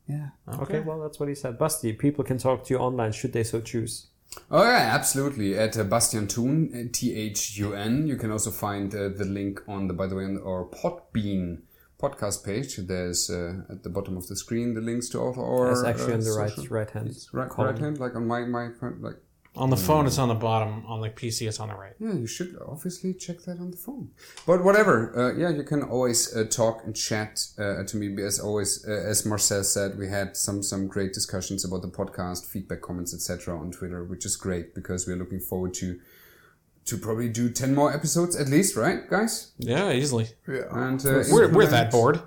Speaker 3: Yeah.
Speaker 2: Okay, well that's what he said. Basti, people can talk to you online should they so choose.
Speaker 5: Oh yeah, absolutely. At uh, Bastian Thun, T H U N. You can also find uh, the link on the by the way on our Podbean podcast page. There's uh, at the bottom of the screen the links to all of our.
Speaker 2: That's actually
Speaker 5: uh,
Speaker 2: on the right
Speaker 5: social-
Speaker 2: right hand.
Speaker 5: It's right,
Speaker 2: column.
Speaker 5: right hand, like on my my front, like
Speaker 4: On the phone, it's on the bottom. On the PC, it's on the right.
Speaker 5: Yeah, you should obviously check that on the phone. But whatever. Uh, yeah, you can always uh, talk and chat uh, to me. As always, uh, as Marcel said, we had some some great discussions about the podcast, feedback, comments, etc. on Twitter, which is great because we're looking forward to to probably do ten more episodes at least, right, guys?
Speaker 4: Yeah, easily.
Speaker 3: Yeah.
Speaker 5: And uh,
Speaker 4: We're, we're
Speaker 5: implement
Speaker 4: that bored.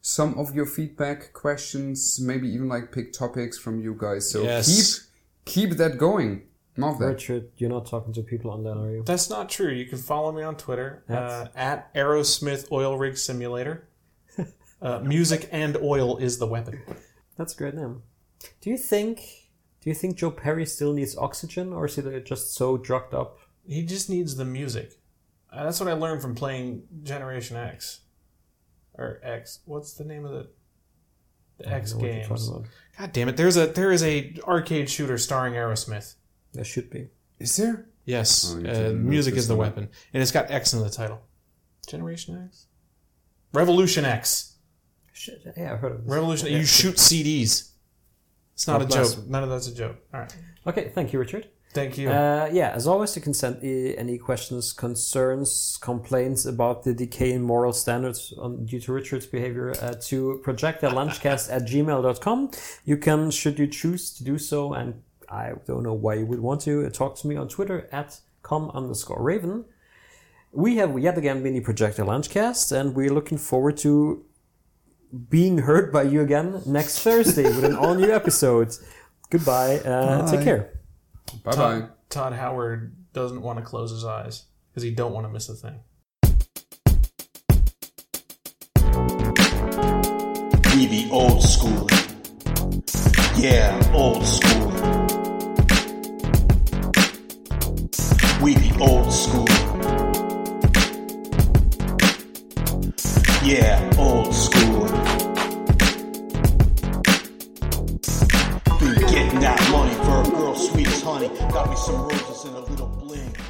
Speaker 5: Some of your feedback, questions, maybe even like pick topics from you guys. So
Speaker 4: Yes.
Speaker 5: keep keep that going. Love that.
Speaker 2: Richard, you're not talking to people on that, are you?
Speaker 4: That's not true. You can follow me on Twitter uh,
Speaker 2: That's-
Speaker 4: at Aerosmith Oil Rig Simulator. Uh, music and oil is the weapon.
Speaker 2: That's a great name. Do you think? Do you think Joe Perry still needs oxygen, or is he just so drugged up?
Speaker 4: He just needs the music. Uh, that's what I learned from playing Generation X. Or X. What's the name of the, the
Speaker 2: I don't
Speaker 4: X
Speaker 2: know what you're
Speaker 4: games?
Speaker 2: talking about.
Speaker 4: God damn it! There's a there is a arcade shooter starring Aerosmith.
Speaker 2: There should be.
Speaker 5: Is there?
Speaker 4: Yes,
Speaker 5: Oh, you
Speaker 4: uh,
Speaker 5: didn't
Speaker 4: music
Speaker 5: notice
Speaker 4: is the
Speaker 5: that.
Speaker 4: weapon, and it's got X in the title. Generation X, Revolution X,
Speaker 2: Shit, yeah, I heard of this.
Speaker 4: Revolution. You shoot CDs. It's not
Speaker 2: God
Speaker 4: a
Speaker 2: bless.
Speaker 4: joke. None of that's a joke. All right.
Speaker 2: Okay, thank you, Richard.
Speaker 4: Thank you.
Speaker 2: Uh, yeah, as always, you can send i- any questions, concerns, complaints about the decay in moral standards on, due to Richard's behavior uh, to projectellunchcast at gmail.com. You can, should you choose to do so, and I don't know why you would want to, uh, talk to me on Twitter at com underscore raven. We have yet again been the Projector Lunchcast, and we're looking forward to being heard by you again next Thursday with an all new episode. Goodbye. Uh, take
Speaker 3: Bye.
Speaker 2: care.
Speaker 5: Bye bye.
Speaker 4: Todd, Todd Howard doesn't want to close his eyes because he don't want to miss a thing.
Speaker 6: We be old school. Yeah, old school. We be old school. Yeah, old school. Been getting that money for a girl sweet as honey. Got me some roses and a little bling.